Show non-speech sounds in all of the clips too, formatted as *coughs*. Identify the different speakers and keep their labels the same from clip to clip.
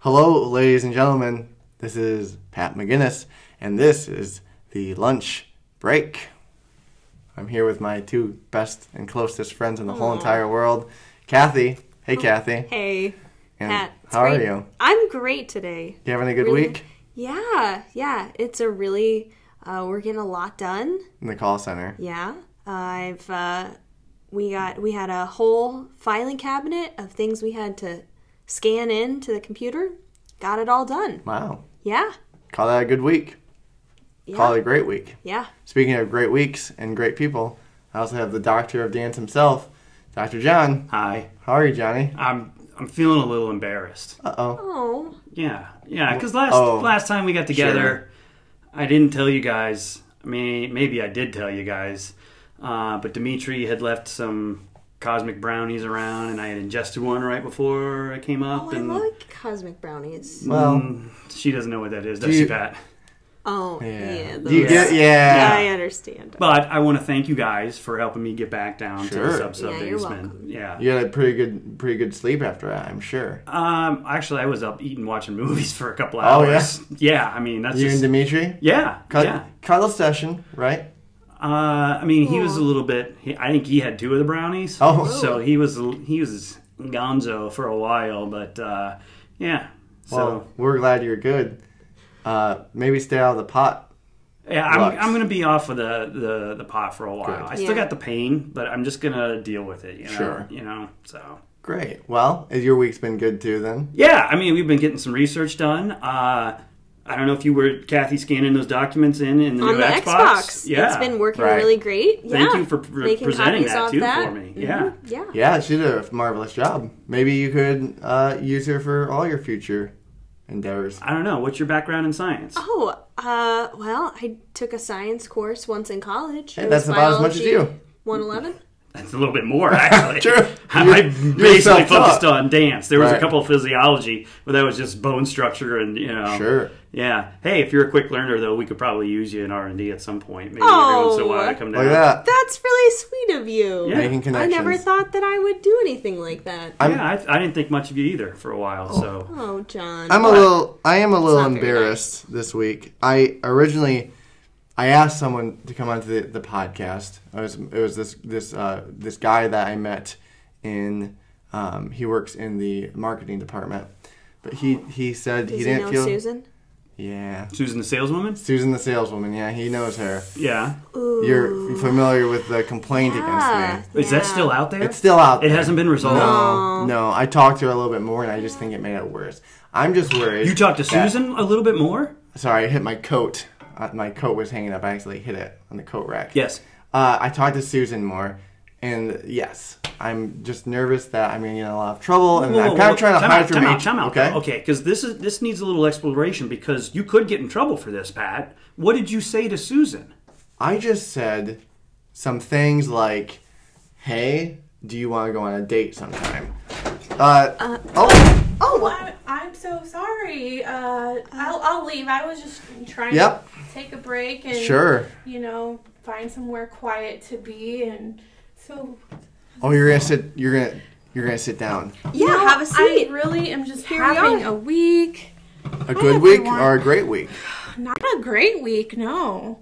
Speaker 1: Hello, ladies and gentlemen. This is Pat McGinnis, and this is the lunch break. I'm here with my two best and closest friends in the whole entire world, Kathy. Hey, Kathy.
Speaker 2: Oh, Hey,
Speaker 1: And
Speaker 2: Pat. it's
Speaker 1: how
Speaker 2: great-
Speaker 1: are you?
Speaker 2: I'm great today.
Speaker 1: You having a good
Speaker 2: Really-
Speaker 1: week
Speaker 2: Yeah, yeah. It's a really, uh, we're getting a lot done.
Speaker 1: in the call center?
Speaker 2: Yeah, I've uh, we got we had a whole filing cabinet of things we had to scan in to the computer. Got it all done.
Speaker 1: Wow.
Speaker 2: Yeah,
Speaker 1: Call that a good week.
Speaker 2: yeah,
Speaker 1: Call it a great week.
Speaker 2: yeah.
Speaker 1: Speaking of great weeks and great people, I also have the doctor of dance himself, Dr. John.
Speaker 3: Hi.
Speaker 1: How are you, Johnny?
Speaker 3: I'm I'm feeling a little embarrassed.
Speaker 1: Uh oh.
Speaker 2: Oh,
Speaker 3: Yeah. Yeah, cuz last
Speaker 1: Oh.
Speaker 3: last time we got together, I didn't tell you guys. I mean, maybe I did tell you guys. Uh, but Dimitri had left some cosmic brownies around and I had ingested one right before I came up
Speaker 2: oh, I
Speaker 3: and
Speaker 2: like cosmic brownies.
Speaker 1: Well,
Speaker 3: Mm, she doesn't know what that is, does
Speaker 1: Do
Speaker 3: she,
Speaker 1: you-
Speaker 3: Pat?
Speaker 2: Oh,
Speaker 1: yeah.
Speaker 2: yeah.
Speaker 1: Do you
Speaker 2: those-
Speaker 1: get, yeah.
Speaker 2: I understand.
Speaker 3: But I want to thank you guys for helping me get back down to
Speaker 1: Sure.
Speaker 3: the sub sub
Speaker 2: Yeah, you're welcome.
Speaker 3: basement. Yeah.
Speaker 1: You had a pretty good, pretty good sleep after that, I'm sure.
Speaker 3: Um, actually, I was up eating, watching *laughs* movies for a couple
Speaker 1: Oh, yeah?
Speaker 3: hours. yeah. I mean, that's
Speaker 1: you
Speaker 3: just
Speaker 1: and Dimitri?
Speaker 3: yeah,
Speaker 1: Cut,
Speaker 3: yeah.
Speaker 1: Cuddle session, right?
Speaker 3: Uh, I mean, he was a little bit. He, I think he had two of the brownies.
Speaker 1: Oh.
Speaker 3: so he was he was gonzo for a while, but uh, yeah. So
Speaker 1: Well, we're glad you're good. Uh, maybe stay out of the pot.
Speaker 3: yeah, I'm
Speaker 1: Lux.
Speaker 3: I'm gonna be off of the the, the pot for a while.
Speaker 1: Good.
Speaker 3: I still
Speaker 2: Yeah.
Speaker 3: got the pain, but I'm just gonna deal with it. You know,
Speaker 1: Sure.
Speaker 3: You know, so.
Speaker 1: Great. Well, is your week's been good too then?
Speaker 3: Yeah, I mean, we've been getting some research done. Uh, I don't know if you were Kathy scanning those documents in in the
Speaker 2: on
Speaker 3: new
Speaker 2: the
Speaker 3: Xbox.
Speaker 2: Xbox.
Speaker 3: Yeah,
Speaker 2: It's been working
Speaker 1: Right.
Speaker 2: really great.
Speaker 3: Thank
Speaker 2: yeah.
Speaker 3: you for pre-
Speaker 2: Making
Speaker 3: presenting
Speaker 2: copies
Speaker 3: that
Speaker 2: of
Speaker 3: too
Speaker 2: that.
Speaker 3: for me. Yeah.
Speaker 2: Mhm. Yeah.
Speaker 1: Yeah, she did a marvelous job. Maybe you could uh, use her for all your future endeavors.
Speaker 3: I don't know. What's your background in science?
Speaker 2: Oh, uh, well, I took a science course once in college.
Speaker 1: Hey, that's about as much as you.
Speaker 2: 111.
Speaker 3: That's a little
Speaker 1: *laughs*
Speaker 3: bit more, actually.
Speaker 1: True.
Speaker 3: I
Speaker 1: You're- you're
Speaker 3: basically
Speaker 1: self-taught.
Speaker 3: focused on dance. There was
Speaker 1: Right.
Speaker 3: a couple of physiology, but that was just bone structure and you know.
Speaker 1: Sure.
Speaker 3: Yeah. Hey, if you're a quick learner, though, we could probably use you in R and D at some point. Maybe every once in a while
Speaker 2: Oh.
Speaker 3: to come down.
Speaker 1: Look at that.
Speaker 2: That's really sweet of you.
Speaker 3: Yeah.
Speaker 1: Making
Speaker 2: I
Speaker 1: connections.
Speaker 2: never thought that I would do anything like that.
Speaker 1: I'm-
Speaker 3: yeah, I, I didn't think much of you either for a while. So
Speaker 2: Oh, John.
Speaker 1: I'm a little. I am a little
Speaker 2: not very
Speaker 1: embarrassed this week. I originally, I asked someone to come onto the, the podcast. I was, it was this this uh, this guy that I met in. Um, he works in the marketing department, but he he said
Speaker 2: Does
Speaker 1: he
Speaker 2: he,
Speaker 1: didn't
Speaker 2: know
Speaker 1: feel.
Speaker 2: Susan?
Speaker 1: Yeah,
Speaker 3: Susan, the saleswoman.
Speaker 1: Susan the saleswoman. Yeah, he knows her.
Speaker 3: Yeah.
Speaker 2: Ooh.
Speaker 1: You're familiar with the complaint
Speaker 2: Ah, yeah.
Speaker 1: against me.
Speaker 3: Is that still out there?
Speaker 1: It's still out.
Speaker 3: It
Speaker 1: there.
Speaker 3: hasn't been resolved.
Speaker 1: No, no. I talked to her a little bit more, and I just think it made it worse. I'm just worried.
Speaker 3: You talked to
Speaker 1: that-
Speaker 3: Susan a little bit more.
Speaker 1: Sorry, I hit my coat. Uh, my coat was hanging up. I actually hit it on the coat rack.
Speaker 3: Yes.
Speaker 1: Uh, I talked to Susan more, and yes, I'm just nervous that I'm going to get in a lot of trouble, and
Speaker 3: Whoa,
Speaker 1: I'm
Speaker 3: whoa,
Speaker 1: kind
Speaker 3: whoa,
Speaker 1: of trying to
Speaker 3: time
Speaker 1: hide
Speaker 3: out,
Speaker 1: from
Speaker 3: time out,
Speaker 1: each-
Speaker 3: time out,
Speaker 1: Okay.
Speaker 3: okay, because this is this needs a little exploration because you could get in trouble for this, Pat. What did you say
Speaker 1: *laughs*
Speaker 3: to Susan?
Speaker 1: I just said some things like, "Hey, do you want to go on a date sometime?" Uh, oh,
Speaker 4: Well, I'm, I'm so sorry. Uh, I'll, I'll leave. I was just trying
Speaker 1: Yep.
Speaker 4: to take a break and,
Speaker 1: sure.
Speaker 4: you know, find somewhere quiet to be. And so,
Speaker 1: Oh, you're gonna sit. You're gonna. You're gonna sit down.
Speaker 2: Yeah,
Speaker 4: No,
Speaker 2: have a
Speaker 4: I
Speaker 2: seat.
Speaker 4: really am just
Speaker 2: Here we
Speaker 4: having
Speaker 2: are.
Speaker 4: a week.
Speaker 1: A good week
Speaker 4: everyone.
Speaker 1: or a great week?
Speaker 4: Not a great week, no.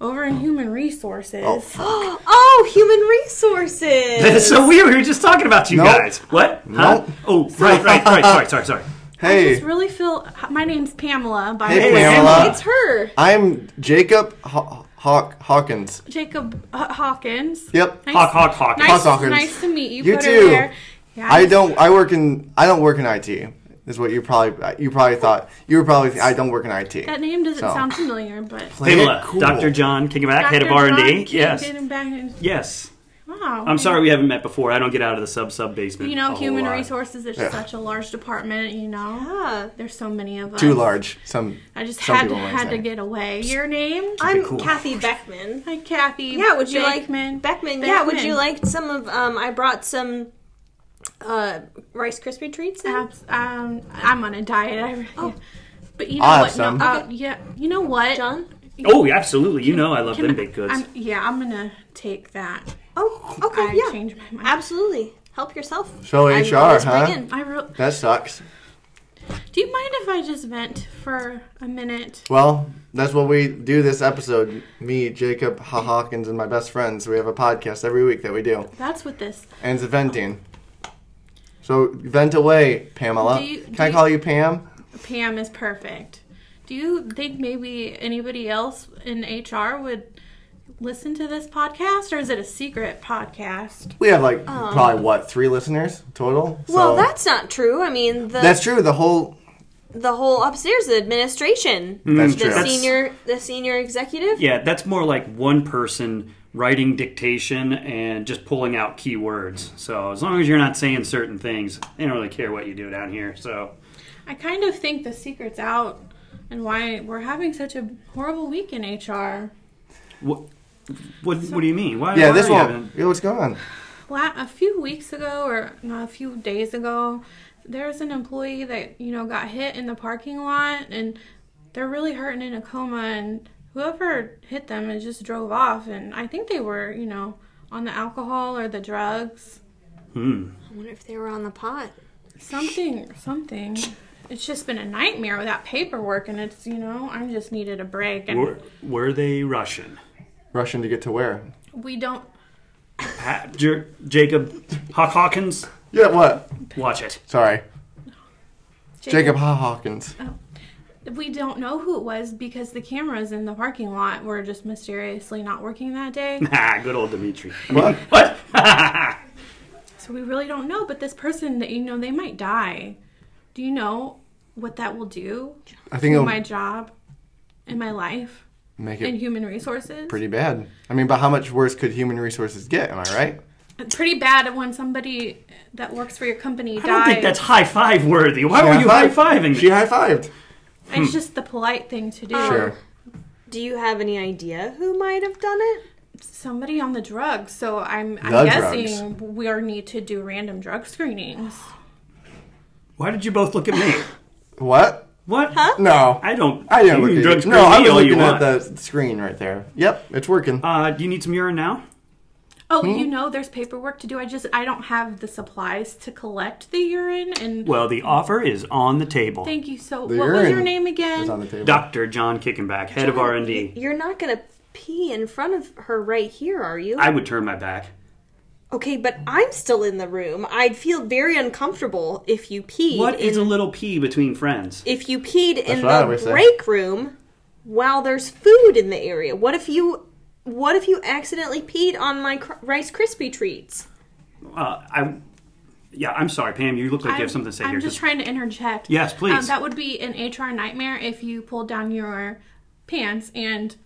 Speaker 4: Over in human resources.
Speaker 1: Oh,
Speaker 2: *gasps* oh, human resources.
Speaker 3: That's so weird. We were just talking about you
Speaker 1: Nope.
Speaker 3: guys. What? Huh?
Speaker 1: Nope. *laughs*
Speaker 3: Oh, right, right, right. Sorry, sorry, sorry.
Speaker 4: I
Speaker 1: Hey,
Speaker 4: just really feel. My name's Pamela. By
Speaker 1: hey,
Speaker 4: the way,
Speaker 1: Pamela.
Speaker 2: *laughs* it's her.
Speaker 1: I'm Jacob Haw- Haw- Hawkins.
Speaker 4: Jacob H- Hawkins.
Speaker 1: Yep.
Speaker 4: Nice,
Speaker 3: Hawk, hawk, hawk.
Speaker 4: nice,
Speaker 1: Hawkins.
Speaker 4: nice to meet you.
Speaker 1: You
Speaker 4: Put
Speaker 1: too.
Speaker 4: Her there. Yeah,
Speaker 1: I don't. I work in. I don't work in IT. Is what you probably. You probably thought. You were probably. I don't work in IT.
Speaker 4: That name doesn't
Speaker 1: So.
Speaker 4: sound familiar, but
Speaker 1: Play it
Speaker 3: Pamela,
Speaker 1: cool.
Speaker 3: Dr. John Kickaback, head of
Speaker 4: Dr.
Speaker 3: R and
Speaker 4: Ron
Speaker 3: D.
Speaker 4: can't
Speaker 3: Yes,
Speaker 4: get him back in-
Speaker 3: yes.
Speaker 4: Wow.
Speaker 3: I'm sorry we haven't met before. I don't get out of the sub sub basement.
Speaker 4: You
Speaker 3: a
Speaker 4: know,
Speaker 3: whole
Speaker 4: human
Speaker 3: lot.
Speaker 4: resources is
Speaker 1: Yeah.
Speaker 4: such a large department. You know, Ah,
Speaker 2: Yeah.
Speaker 4: there's so many of us.
Speaker 1: Too large. Some.
Speaker 4: I just
Speaker 1: Some
Speaker 4: had
Speaker 1: people might say.
Speaker 4: had to get away. Your name?
Speaker 2: I'm
Speaker 3: cool.
Speaker 2: Kathy Beckman.
Speaker 4: Hi, Kathy.
Speaker 2: Yeah, would you like
Speaker 4: Bakeman.
Speaker 2: Beckman? Yeah, would you
Speaker 4: Beckman.
Speaker 2: like some of? Um, I brought some uh, Rice Krispie treats. then?
Speaker 4: Abs- um, I'm on a diet. I really,
Speaker 2: Oh.
Speaker 4: But you know
Speaker 1: I'll
Speaker 4: what?
Speaker 1: have some.
Speaker 4: No, uh, yeah, you know what?
Speaker 2: John.
Speaker 3: Oh, absolutely. You know I love
Speaker 4: Can
Speaker 3: them
Speaker 4: I-
Speaker 3: baked goods.
Speaker 4: I'm, yeah, I'm gonna take that.
Speaker 2: Oh, okay,
Speaker 4: I
Speaker 2: yeah,
Speaker 4: changed my mind.
Speaker 2: absolutely. Help yourself.
Speaker 1: So
Speaker 2: I'm
Speaker 1: HR,
Speaker 2: always
Speaker 1: huh?
Speaker 2: bringing-
Speaker 4: I re-
Speaker 1: That sucks.
Speaker 4: Do you mind if I just vent for a minute?
Speaker 1: Well, that's what we do this episode. Me, Jacob Ha Hawkins, and my best friends. We have a podcast every week that we do,
Speaker 4: That's what this.
Speaker 1: and it's venting. So vent away, Pamela.
Speaker 4: Do you-
Speaker 1: Can
Speaker 4: do
Speaker 1: I
Speaker 4: you-
Speaker 1: call you Pam?
Speaker 4: Pam is perfect. Do you think maybe anybody else in HR would listen to this podcast, or is it a secret podcast?
Speaker 1: We have like
Speaker 4: Oh.
Speaker 1: probably what three listeners total. So-
Speaker 2: Well, that's not true. I mean, the
Speaker 1: that's true. The whole
Speaker 2: the whole upstairs the administration,
Speaker 1: Mm, that's
Speaker 2: the
Speaker 1: true.
Speaker 3: That's-
Speaker 2: senior the senior executive.
Speaker 3: Yeah, that's more like one person writing dictation and just pulling out keywords. So as long as you're not saying certain things, they don't really care what you do down here. So
Speaker 4: I kind of think the secret's out and why we're having such a horrible week in HR.
Speaker 3: what what, what do you mean? Why,
Speaker 1: yeah,
Speaker 3: why
Speaker 1: this
Speaker 3: are you
Speaker 1: one.
Speaker 3: having-
Speaker 1: Yeah, what's going on?
Speaker 4: La- a few weeks ago, or no, a few days ago, there was an employee that, you know, got hit in the parking lot and they're really hurting in a coma. And whoever hit them and just drove off. And I think they were, you know, on the alcohol or the drugs.
Speaker 3: Hmm.
Speaker 2: I wonder if they were on the pot.
Speaker 4: Something, something. It's just been a nightmare with that paperwork. And it's, you know, I just needed a break. And
Speaker 3: Were, were they Russian?
Speaker 1: Rushing to get to where?
Speaker 4: we don't.
Speaker 3: Ha- Jer- Jacob Hawk Hawkins,
Speaker 1: Yeah, what?
Speaker 3: watch it. *laughs*
Speaker 1: Sorry, Jacob Ha Hawkins.
Speaker 4: We don't know who it was because the cameras in the parking lot were just mysteriously not working that day.
Speaker 3: Ah, good old Dimitri. I mean,
Speaker 1: What?
Speaker 3: what? *laughs*
Speaker 4: so we really don't know. But this person that you know, they might die. Do you know what that will do
Speaker 1: I
Speaker 4: to
Speaker 1: think it'll
Speaker 4: my job and my life
Speaker 1: make
Speaker 4: and
Speaker 1: it
Speaker 4: human resources?
Speaker 1: pretty bad. I mean, but how much worse could human resources get? Am I right?
Speaker 4: It's pretty bad when somebody that works for your company
Speaker 3: I don't
Speaker 4: dies.
Speaker 3: think that's high five worthy. Why were Oh, you high fiving?
Speaker 1: She high fived.
Speaker 4: it's
Speaker 3: Hmm.
Speaker 4: just the polite thing to do.
Speaker 1: Sure.
Speaker 2: Do you have any idea who might have done it?
Speaker 4: Somebody on the drugs. So I'm,
Speaker 1: The
Speaker 4: I'm guessing we are need to do random drug screenings.
Speaker 3: Why did you both look at me?
Speaker 1: What?
Speaker 3: What?
Speaker 1: No.
Speaker 3: I don't.
Speaker 1: I didn't
Speaker 3: you
Speaker 1: look
Speaker 3: can
Speaker 1: at
Speaker 3: drug
Speaker 1: it.
Speaker 3: screen
Speaker 1: No, I
Speaker 3: me
Speaker 1: was
Speaker 3: all you
Speaker 1: looking at
Speaker 3: want.
Speaker 1: the screen right there. Yep, it's working.
Speaker 3: Uh, do you need some urine now?
Speaker 4: Oh,
Speaker 1: Hmm?
Speaker 4: you know, there's paperwork to do. I just I don't have the supplies to collect the urine. And
Speaker 3: Well, the offer is on the table.
Speaker 4: thank you so.
Speaker 1: The
Speaker 4: what was your
Speaker 1: urine
Speaker 4: name
Speaker 1: It's on
Speaker 4: again?
Speaker 1: the table.
Speaker 3: Dr. John Kickenback, head of
Speaker 2: Y-
Speaker 3: R&D.
Speaker 2: You're not gonna pee in front of her right here, are you?
Speaker 3: I would turn my back.
Speaker 2: okay, but I'm still in the room. I'd feel very uncomfortable if you peed.
Speaker 3: What is
Speaker 2: in-
Speaker 3: a little pee between friends?
Speaker 2: if you peed in
Speaker 1: what I
Speaker 2: the
Speaker 1: always say.
Speaker 2: break room while there's food in the area? What if you what if you accidentally peed on my cr- Rice Krispie treats?
Speaker 3: Uh, I, yeah, I'm sorry, Pam. You look like you have something to say
Speaker 4: I'm
Speaker 3: here.
Speaker 4: just
Speaker 3: Just-
Speaker 4: trying to interject.
Speaker 3: Yes,
Speaker 4: Um,
Speaker 3: please.
Speaker 4: that would be an HR nightmare if you pulled down your pants and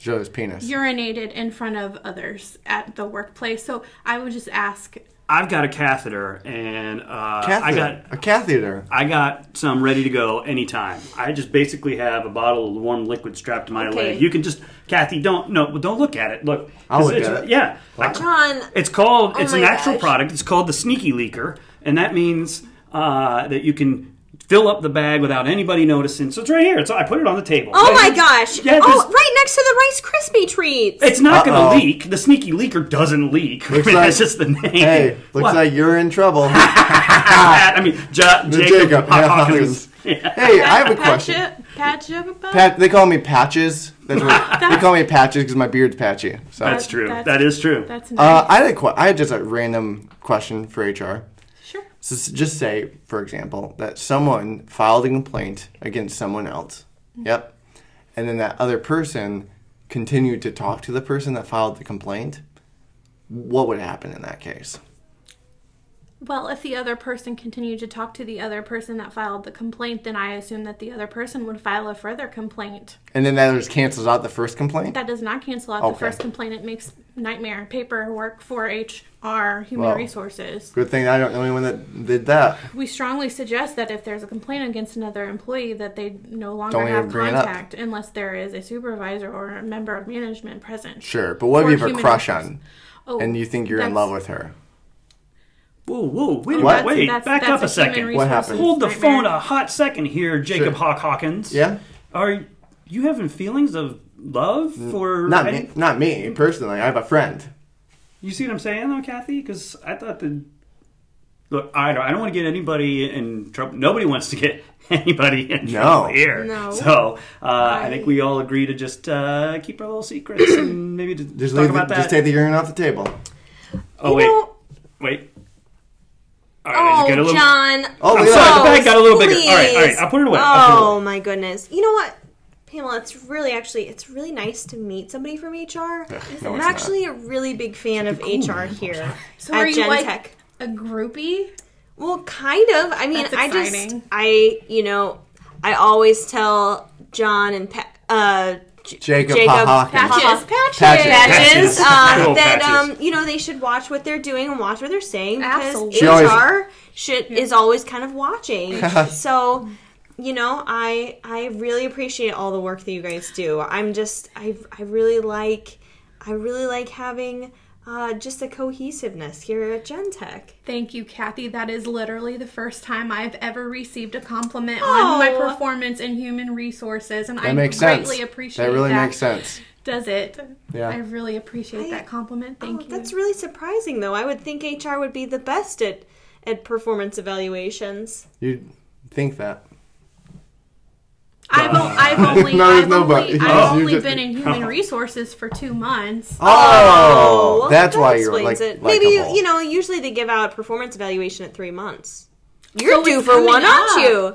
Speaker 1: Joe's penis.
Speaker 4: urinated in front of others at the workplace. So I would just ask.
Speaker 3: I've got a catheter, and uh, I
Speaker 1: catheter.
Speaker 3: got
Speaker 1: a catheter.
Speaker 3: I got some ready to go anytime. I just basically have a bottle of warm liquid strapped to my
Speaker 2: Okay.
Speaker 3: leg. You can just, Kathy, don't no, don't look at it. Look,
Speaker 1: I'll look
Speaker 3: It's-
Speaker 1: at
Speaker 3: it's-
Speaker 1: it.
Speaker 3: Yeah, I-
Speaker 2: John,
Speaker 3: It's called. it's
Speaker 2: my
Speaker 3: an actual
Speaker 2: gosh.
Speaker 3: product. It's called the Sneaky Leaker, and that means uh, that you can fill up the bag without anybody noticing. So it's right here. It's, I put it on the table.
Speaker 2: oh
Speaker 3: Right
Speaker 2: my
Speaker 3: here.
Speaker 2: gosh.
Speaker 3: Yeah,
Speaker 2: oh,
Speaker 3: there's-
Speaker 2: right next to the Rice Krispie treats.
Speaker 3: It's not
Speaker 1: Uh-oh.
Speaker 3: going to leak. The Sneaky Leaker doesn't leak. *laughs* I
Speaker 1: Looks
Speaker 3: mean,
Speaker 1: like-
Speaker 3: that's just the name.
Speaker 1: Hey, looks
Speaker 3: What?
Speaker 1: like you're in trouble.
Speaker 3: Pat- I mean, Ja- Jacob,
Speaker 1: Jacob.
Speaker 3: Hawk-
Speaker 1: Yeah,
Speaker 3: Hawkins. *laughs*
Speaker 1: hey, I have a
Speaker 4: Patch
Speaker 1: question.
Speaker 4: it, patch it, above?
Speaker 1: Pat, they call me Patches. That's what
Speaker 4: *laughs*
Speaker 1: they call me Patches because my beard's patchy. So
Speaker 3: That's true.
Speaker 4: That's-
Speaker 3: That is true.
Speaker 4: That's
Speaker 1: uh,
Speaker 4: nice.
Speaker 1: I had a que- I had just a random question for HR.
Speaker 4: sure.
Speaker 1: So s- just say, for example, that someone filed a complaint against someone else.
Speaker 4: Mm-hmm.
Speaker 1: Yep. And then that other person continued to talk to the person that filed the complaint. What would happen in that case?
Speaker 4: Well, if the other person continued to talk to the other person that filed the complaint, then I assume that the other person would file a further complaint.
Speaker 1: And then that just cancels out the first complaint?
Speaker 4: That does not cancel out
Speaker 1: Okay.
Speaker 4: the first complaint. It makes nightmare paperwork for HR, human
Speaker 1: Well.
Speaker 4: resources.
Speaker 1: Good thing I don't know anyone that did that.
Speaker 4: We strongly suggest that if there's a complaint against another employee, that they no longer
Speaker 1: Don't even
Speaker 4: have
Speaker 1: bring it up.
Speaker 4: contact unless there is a supervisor or a member of management present.
Speaker 1: Sure. But what if
Speaker 4: Or
Speaker 1: you have a
Speaker 4: human
Speaker 1: crush
Speaker 4: resources.
Speaker 1: on
Speaker 4: Oh,
Speaker 1: and you think you're in
Speaker 4: that's-
Speaker 1: love with her?
Speaker 3: Whoa, whoa, wait,
Speaker 1: What?
Speaker 3: wait,
Speaker 4: That's-
Speaker 3: back
Speaker 4: that's
Speaker 3: up
Speaker 4: a
Speaker 3: a
Speaker 4: human
Speaker 3: second.
Speaker 1: What
Speaker 4: resources
Speaker 1: happened?
Speaker 3: Hold the
Speaker 4: nightmare.
Speaker 3: phone a hot second here, Jacob
Speaker 1: Sure.
Speaker 3: Hawk Hawkins.
Speaker 1: Yeah,
Speaker 3: Are you having feelings of love for
Speaker 1: not
Speaker 3: any-
Speaker 1: me, not me personally. I have a friend.
Speaker 3: You see what I'm saying, though, Kathy? Because I thought that. Look, I don't, I don't want to get anybody in trouble. Nobody wants to get *laughs* anybody in
Speaker 1: No.
Speaker 3: trouble here.
Speaker 4: No.
Speaker 3: So uh, I...
Speaker 4: I-
Speaker 3: think we all agree to just uh, keep our little
Speaker 1: *clears throat*
Speaker 3: secrets and maybe to
Speaker 1: Just
Speaker 3: talk
Speaker 1: leave. The,
Speaker 3: about
Speaker 1: just
Speaker 3: that.
Speaker 1: take the urine off the table.
Speaker 3: oh
Speaker 2: You
Speaker 3: wait,
Speaker 2: know-
Speaker 3: wait. All right, I
Speaker 2: Oh,
Speaker 3: just got a little.
Speaker 2: John.
Speaker 1: Oh,
Speaker 3: I'm
Speaker 1: yeah.
Speaker 3: sorry, the
Speaker 1: Oh,
Speaker 3: bag got a little bigger. All right,
Speaker 2: please.
Speaker 3: all right, I'll put it away. I'll put it away.
Speaker 2: Oh my goodness. You know what, Pamela? It's really actually it's really nice to meet somebody from HR.
Speaker 1: no,
Speaker 2: I'm
Speaker 1: it's not.
Speaker 2: actually a really big fan of HR here
Speaker 4: So
Speaker 2: at
Speaker 4: are you
Speaker 2: Gen
Speaker 4: like
Speaker 2: Tech.
Speaker 4: a groupie?
Speaker 2: Well, kind of. I mean,
Speaker 4: That's
Speaker 2: I just
Speaker 4: exciting.
Speaker 2: I you know I always tell John and pa- uh, J-
Speaker 1: Jacob Hawkins.
Speaker 2: Hawkins.
Speaker 4: Patches, patches.
Speaker 2: Patches,
Speaker 3: Patches.
Speaker 2: um,
Speaker 3: Cool
Speaker 2: that
Speaker 3: patches.
Speaker 2: um, you know they should watch what they're doing and watch what they're saying because
Speaker 4: Absolutely.
Speaker 1: She always-
Speaker 2: HR should is always kind of watching. so, you know, I I really appreciate all the work that you guys do. I'm just I I really like I really like having uh, just a cohesiveness here at Gen Tech.
Speaker 4: Thank you, Kathy. That is literally the first time I've ever received a compliment on my
Speaker 2: Oh.
Speaker 4: performance in human resources, and I
Speaker 1: That makes sense.
Speaker 4: greatly appreciate
Speaker 1: that
Speaker 4: that.
Speaker 1: really makes sense.
Speaker 4: Does it?
Speaker 1: Yeah.
Speaker 4: I really appreciate
Speaker 2: I-
Speaker 4: that compliment. Thank
Speaker 2: Oh,
Speaker 4: you.
Speaker 2: That's really surprising, though. I would think HR would be the best at at performance evaluations.
Speaker 1: You'd think that.
Speaker 4: I've, o-
Speaker 1: *laughs*
Speaker 4: I've only,
Speaker 1: No, there's
Speaker 4: I've
Speaker 1: no
Speaker 4: only,
Speaker 1: but.
Speaker 4: I've
Speaker 1: Oh. *laughs*
Speaker 4: only
Speaker 1: You just-
Speaker 4: been in human resources for two months.
Speaker 1: Oh, that's
Speaker 2: that
Speaker 1: why you're like,
Speaker 2: explains it. Maybe you,
Speaker 1: likable.
Speaker 2: you know. Usually they give out performance evaluation at three months. You're
Speaker 4: it's
Speaker 2: due for
Speaker 4: coming
Speaker 2: one, aren't
Speaker 4: up.
Speaker 2: you?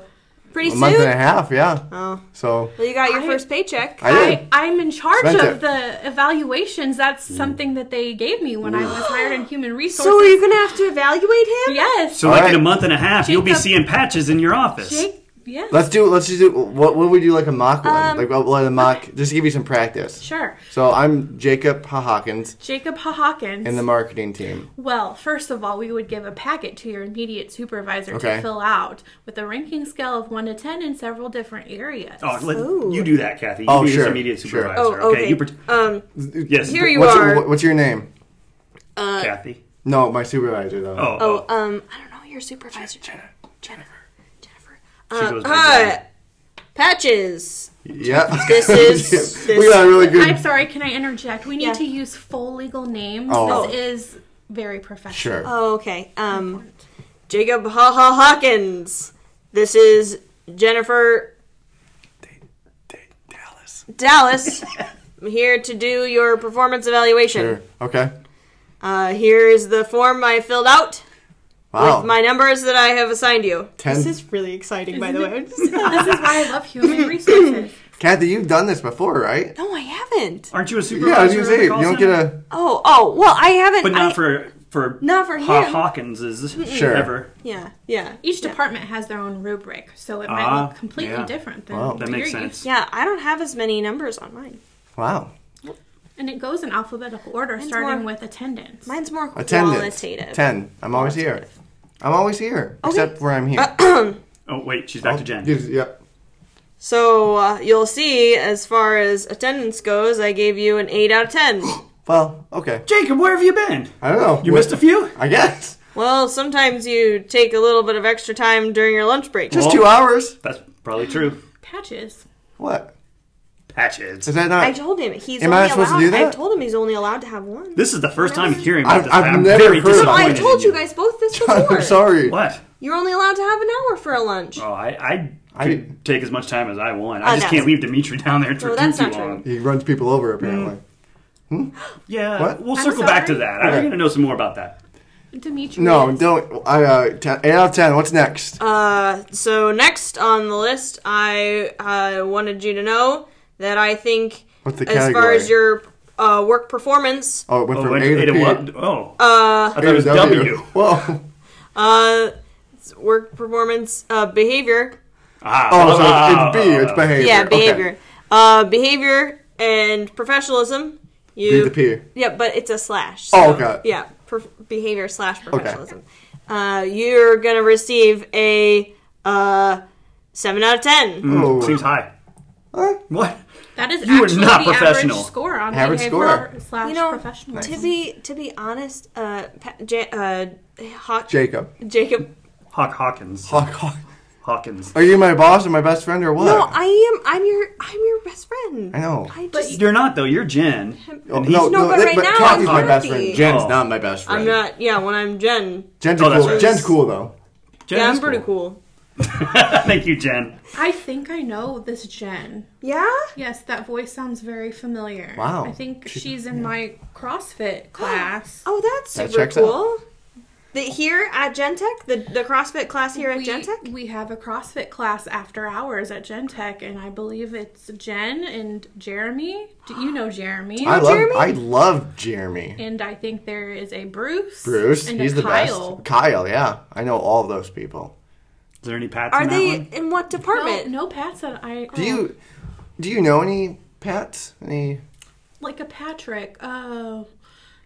Speaker 2: Pretty
Speaker 1: a
Speaker 2: soon.
Speaker 1: month and a half. Yeah.
Speaker 2: Oh,
Speaker 1: So
Speaker 2: well, you got your
Speaker 4: I-
Speaker 2: first paycheck.
Speaker 1: I did.
Speaker 4: I, I'm in charge
Speaker 1: Spent
Speaker 4: of
Speaker 1: it.
Speaker 4: the evaluations. That's
Speaker 1: Mm.
Speaker 4: something that they gave me when I
Speaker 1: *gasps*
Speaker 4: was hired in human resources.
Speaker 2: so are you going to have to evaluate him?
Speaker 4: Yes.
Speaker 3: So,
Speaker 1: All
Speaker 3: like
Speaker 1: right.
Speaker 3: in a month and a half, you'll be
Speaker 4: Jacob-
Speaker 3: seeing patches in your office.
Speaker 4: Jake, yes.
Speaker 1: let's do. Let's just do. What would we do? Like a mock one.
Speaker 2: Um,
Speaker 1: like well, like a mock. Just to give you some practice.
Speaker 4: Sure.
Speaker 1: So I'm Jacob Hawkins
Speaker 4: Jacob Hawkins.
Speaker 1: in the marketing team.
Speaker 4: Well, first of all, we would give a packet to your immediate supervisor
Speaker 1: Okay.
Speaker 4: to fill out with a ranking scale of 1 to 10 in several different areas.
Speaker 3: Oh, let,
Speaker 2: Ooh.
Speaker 3: you do that, Kathy. You
Speaker 1: Oh,
Speaker 3: be his
Speaker 1: sure,
Speaker 3: immediate
Speaker 1: sure.
Speaker 3: supervisor.
Speaker 2: Oh, okay.
Speaker 3: You pret-
Speaker 2: um,
Speaker 3: yes,
Speaker 2: Here you
Speaker 1: what's,
Speaker 2: are.
Speaker 1: What's your name?
Speaker 3: Kathy.
Speaker 1: No, my supervisor though.
Speaker 3: Oh,
Speaker 2: oh,
Speaker 3: oh.
Speaker 2: um, I don't know your supervisor. Jennifer. Jennifer. Jennifer.
Speaker 3: She
Speaker 2: Uh,
Speaker 3: goes by
Speaker 2: uh,
Speaker 3: Jen.
Speaker 2: patches.
Speaker 1: Yeah.
Speaker 2: *laughs*
Speaker 1: *laughs*
Speaker 2: This is-
Speaker 1: we got a really
Speaker 4: I'm
Speaker 1: good.
Speaker 4: sorry, can I interject? We need
Speaker 2: Yeah.
Speaker 4: to use full legal names.
Speaker 1: Oh.
Speaker 4: This is very professional.
Speaker 1: Sure.
Speaker 2: Oh, okay. Um, Jacob Ha Ha Hawkins. This is Jennifer
Speaker 1: Dallas.
Speaker 2: Dallas. I'm here to do your performance evaluation.
Speaker 1: Sure. Okay.
Speaker 2: Uh, here is the form I filled out
Speaker 1: Wow.
Speaker 2: with my numbers that I have assigned you.
Speaker 1: Ten.
Speaker 2: really exciting, by
Speaker 4: the Isn't
Speaker 2: way.
Speaker 4: *laughs* This is why I love human resources.
Speaker 1: Kathy, you've done this before, right?
Speaker 2: no, I haven't.
Speaker 3: Aren't you a
Speaker 1: Yeah,
Speaker 3: supervisor?
Speaker 1: I was gonna
Speaker 3: of
Speaker 1: say
Speaker 3: the
Speaker 1: you
Speaker 3: call
Speaker 1: don't get
Speaker 3: center?
Speaker 1: a
Speaker 2: Oh, oh, well, I haven't.
Speaker 3: But
Speaker 2: I-
Speaker 3: not for for
Speaker 2: Not for
Speaker 3: Haw-
Speaker 2: him.
Speaker 3: Hawkins is
Speaker 1: Sure.
Speaker 3: ever.
Speaker 2: Yeah, yeah,
Speaker 4: Each department has their own rubric, so it might
Speaker 3: Ah,
Speaker 4: look completely
Speaker 3: yeah.
Speaker 4: different than
Speaker 1: Wow.
Speaker 3: That
Speaker 4: what
Speaker 3: makes
Speaker 4: you're
Speaker 3: sense.
Speaker 4: used-
Speaker 2: yeah. I don't have as many numbers on mine.
Speaker 1: wow.
Speaker 4: And it goes in alphabetical order,
Speaker 2: Mine's
Speaker 4: starting
Speaker 2: more-
Speaker 4: with attendance.
Speaker 2: Mine's more
Speaker 1: Attendance.
Speaker 2: qualitative.
Speaker 1: Ten. I'm always here. I'm always here,
Speaker 2: Okay.
Speaker 1: except where I'm here.
Speaker 3: *coughs* Oh wait, she's back to Jen.
Speaker 1: Gives- Yep.
Speaker 2: So uh, you'll see, as far as attendance goes, I gave you an eight out of *gasps* ten.
Speaker 1: Well, okay.
Speaker 3: Jacob, where have you been?
Speaker 1: I don't know.
Speaker 3: You missed a few.
Speaker 1: I
Speaker 3: *laughs*
Speaker 1: guess
Speaker 2: well, sometimes you take a little bit of extra time during your lunch break.
Speaker 1: just
Speaker 3: Well-
Speaker 1: two hours.
Speaker 3: That's probably true.
Speaker 4: Patches.
Speaker 1: What
Speaker 3: Patches.
Speaker 1: is that not?
Speaker 2: I
Speaker 1: *laughs*
Speaker 2: told him he's
Speaker 1: Am I
Speaker 2: only
Speaker 1: not supposed to
Speaker 2: allowed.
Speaker 1: do that?
Speaker 2: I told him he's only allowed to have one.
Speaker 3: This is the first time hearing about
Speaker 1: I've-
Speaker 3: this.
Speaker 1: I've
Speaker 3: I'm
Speaker 1: never
Speaker 3: very
Speaker 1: heard about
Speaker 2: Well, I
Speaker 3: disappointed.
Speaker 2: told
Speaker 3: in
Speaker 2: you guys both this before.
Speaker 1: I'm sorry.
Speaker 3: What?
Speaker 2: You're only allowed to have an hour for a lunch.
Speaker 3: Oh, I I
Speaker 1: I-
Speaker 3: could take as much time as I want.
Speaker 2: Oh,
Speaker 3: I just
Speaker 2: no.
Speaker 3: can't leave Dimitri down there for
Speaker 2: No,
Speaker 3: too,
Speaker 2: that's
Speaker 3: too
Speaker 2: not true.
Speaker 3: long.
Speaker 1: He runs people over apparently.
Speaker 2: Mm.
Speaker 3: Yeah,
Speaker 1: What?
Speaker 3: we'll
Speaker 4: I'm
Speaker 3: circle back to
Speaker 4: sorry.
Speaker 3: that. I'm
Speaker 1: Okay.
Speaker 3: gonna know some more about that.
Speaker 4: Demetrius.
Speaker 1: No, don't. I uh, ten, eight out of ten. What's next?
Speaker 2: Uh, so next on the list, I uh, wanted you to know that I think,
Speaker 1: What's the
Speaker 2: as
Speaker 1: category?
Speaker 2: far as your uh, work performance,
Speaker 1: oh, it went
Speaker 3: Oh,
Speaker 1: from
Speaker 3: wait,
Speaker 1: A to
Speaker 3: wait,
Speaker 1: P.
Speaker 3: what? Oh, I
Speaker 2: uh,
Speaker 3: thought it was
Speaker 1: A E to *laughs*
Speaker 3: W.
Speaker 1: Whoa.
Speaker 2: uh, work performance uh, behavior,
Speaker 3: Ah,
Speaker 1: Oh,
Speaker 3: blah,
Speaker 1: so
Speaker 3: blah,
Speaker 1: it's, it's B.
Speaker 3: blah,
Speaker 1: It's
Speaker 3: blah.
Speaker 1: behavior.
Speaker 2: yeah,
Speaker 1: Okay.
Speaker 2: behavior, uh, behavior and professionalism. You
Speaker 1: Leave the P.
Speaker 2: Yeah, but it's a slash.
Speaker 1: Oh,
Speaker 2: so,
Speaker 1: okay.
Speaker 2: Yeah, per- behavior slash professionalism. Uh, you're gonna receive a uh, seven out of ten.
Speaker 3: Mm,
Speaker 1: Oh.
Speaker 3: Seems high.
Speaker 1: Huh?
Speaker 3: What?
Speaker 4: That is
Speaker 3: You are
Speaker 4: actually
Speaker 3: not
Speaker 4: the
Speaker 3: professional.
Speaker 4: average score on
Speaker 1: Average
Speaker 4: behavior
Speaker 1: score.
Speaker 4: slash
Speaker 2: You know,
Speaker 4: professional.
Speaker 2: to be to be honest, uh, Pa- J- uh, Hawk,
Speaker 1: Jacob.
Speaker 2: Jacob.
Speaker 3: Hawk Hawkins.
Speaker 1: Hawk, Hawk.
Speaker 3: Hawkins.
Speaker 1: Are you my boss or my best friend or what?
Speaker 2: No, I am. I'm your. I'm your best friend.
Speaker 1: I know.
Speaker 2: I
Speaker 4: But
Speaker 2: just.
Speaker 3: You're not though. You're Jen.
Speaker 1: Oh,
Speaker 3: And he's-
Speaker 1: no,
Speaker 2: No,
Speaker 1: no,
Speaker 2: but
Speaker 1: that-
Speaker 2: right now
Speaker 1: Kathy's
Speaker 2: I'm
Speaker 1: my best
Speaker 2: Kathy.
Speaker 1: friend. Jen's
Speaker 3: Oh.
Speaker 1: not my best friend.
Speaker 2: I'm not. Yeah, when I'm Jen.
Speaker 1: Jen's,
Speaker 3: Oh, that's
Speaker 1: cool.
Speaker 3: right.
Speaker 1: Jen's cool though.
Speaker 3: Jen
Speaker 2: yeah,
Speaker 3: is
Speaker 2: I'm pretty cool.
Speaker 3: *laughs* Thank you, Jen.
Speaker 4: I think I know this Jen.
Speaker 2: Yeah.
Speaker 4: Yes, that voice sounds very familiar.
Speaker 1: Wow.
Speaker 4: I think
Speaker 1: She-
Speaker 4: she's in my
Speaker 2: *gasps*
Speaker 4: CrossFit class.
Speaker 2: Oh, that's
Speaker 1: That
Speaker 2: super
Speaker 1: checks out.
Speaker 2: cool. The, here at Gentech, the the CrossFit class here at
Speaker 4: we,
Speaker 2: Gentech.
Speaker 4: we have a CrossFit class after hours at Gentech, and I believe it's Jen and Jeremy. Do you know Jeremy?
Speaker 1: I love
Speaker 2: Jeremy?
Speaker 1: I love Jeremy.
Speaker 4: and I think there is a Bruce.
Speaker 1: Bruce,
Speaker 4: and
Speaker 1: he's
Speaker 4: a
Speaker 1: the
Speaker 4: Kyle.
Speaker 1: best. Kyle, yeah. I know all of those people.
Speaker 3: Is there any pats
Speaker 2: Are
Speaker 3: in that
Speaker 2: they
Speaker 3: one?
Speaker 2: in what department?
Speaker 4: No, no Pat said I. oh,
Speaker 1: Do you do you know any pets? Any
Speaker 4: like a Patrick? Uh,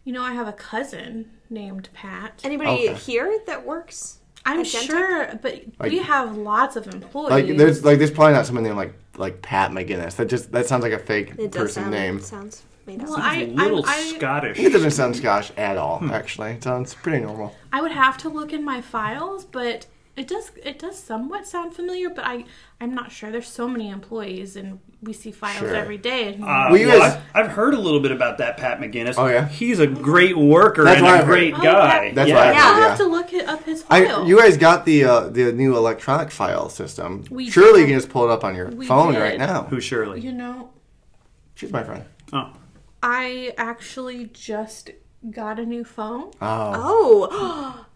Speaker 4: you know, I have a cousin named Pat.
Speaker 2: Anybody
Speaker 1: Okay.
Speaker 2: here that works?
Speaker 4: I'm
Speaker 2: at Genentech?
Speaker 4: sure, but we
Speaker 1: Like-
Speaker 4: have lots of employees.
Speaker 1: like there's like there's probably not someone named like like Pat McGinnis. That just that sounds like a fake
Speaker 2: It does
Speaker 1: person
Speaker 2: sound
Speaker 1: name.
Speaker 2: sounds made up.
Speaker 4: Well,
Speaker 3: He's
Speaker 4: I,
Speaker 3: a
Speaker 4: I,
Speaker 3: little
Speaker 4: I,
Speaker 3: Scottish.
Speaker 1: It doesn't sound Scottish at all,
Speaker 3: Hmm.
Speaker 1: actually. It sounds pretty normal.
Speaker 4: I would have to look in my files, but it does it does somewhat sound familiar. But I I'm not sure. There's so many employees, and we see files
Speaker 1: Sure.
Speaker 4: every day. And
Speaker 3: Uh,
Speaker 1: Well, you
Speaker 3: well,
Speaker 1: guys-
Speaker 3: I've, I've heard a little bit about that Pat McGinnis.
Speaker 1: Oh, yeah?
Speaker 3: he's a great worker
Speaker 1: That's
Speaker 3: and
Speaker 1: what
Speaker 3: a
Speaker 1: I've heard.
Speaker 3: great
Speaker 4: Oh,
Speaker 3: guy.
Speaker 4: that-
Speaker 1: That's
Speaker 3: yeah.
Speaker 1: what I've
Speaker 4: I'll
Speaker 1: heard.
Speaker 4: have to look it up his file.
Speaker 1: I, you guys got the uh, the new electronic file system.
Speaker 4: We
Speaker 1: Surely
Speaker 4: did.
Speaker 1: you can just pull it up on your
Speaker 4: We
Speaker 1: phone
Speaker 4: did.
Speaker 1: right now.
Speaker 3: Who Shirley?
Speaker 4: you know,
Speaker 1: She's my friend.
Speaker 3: Oh,
Speaker 4: I actually just got a new phone.
Speaker 1: Oh,
Speaker 2: oh, *gasps*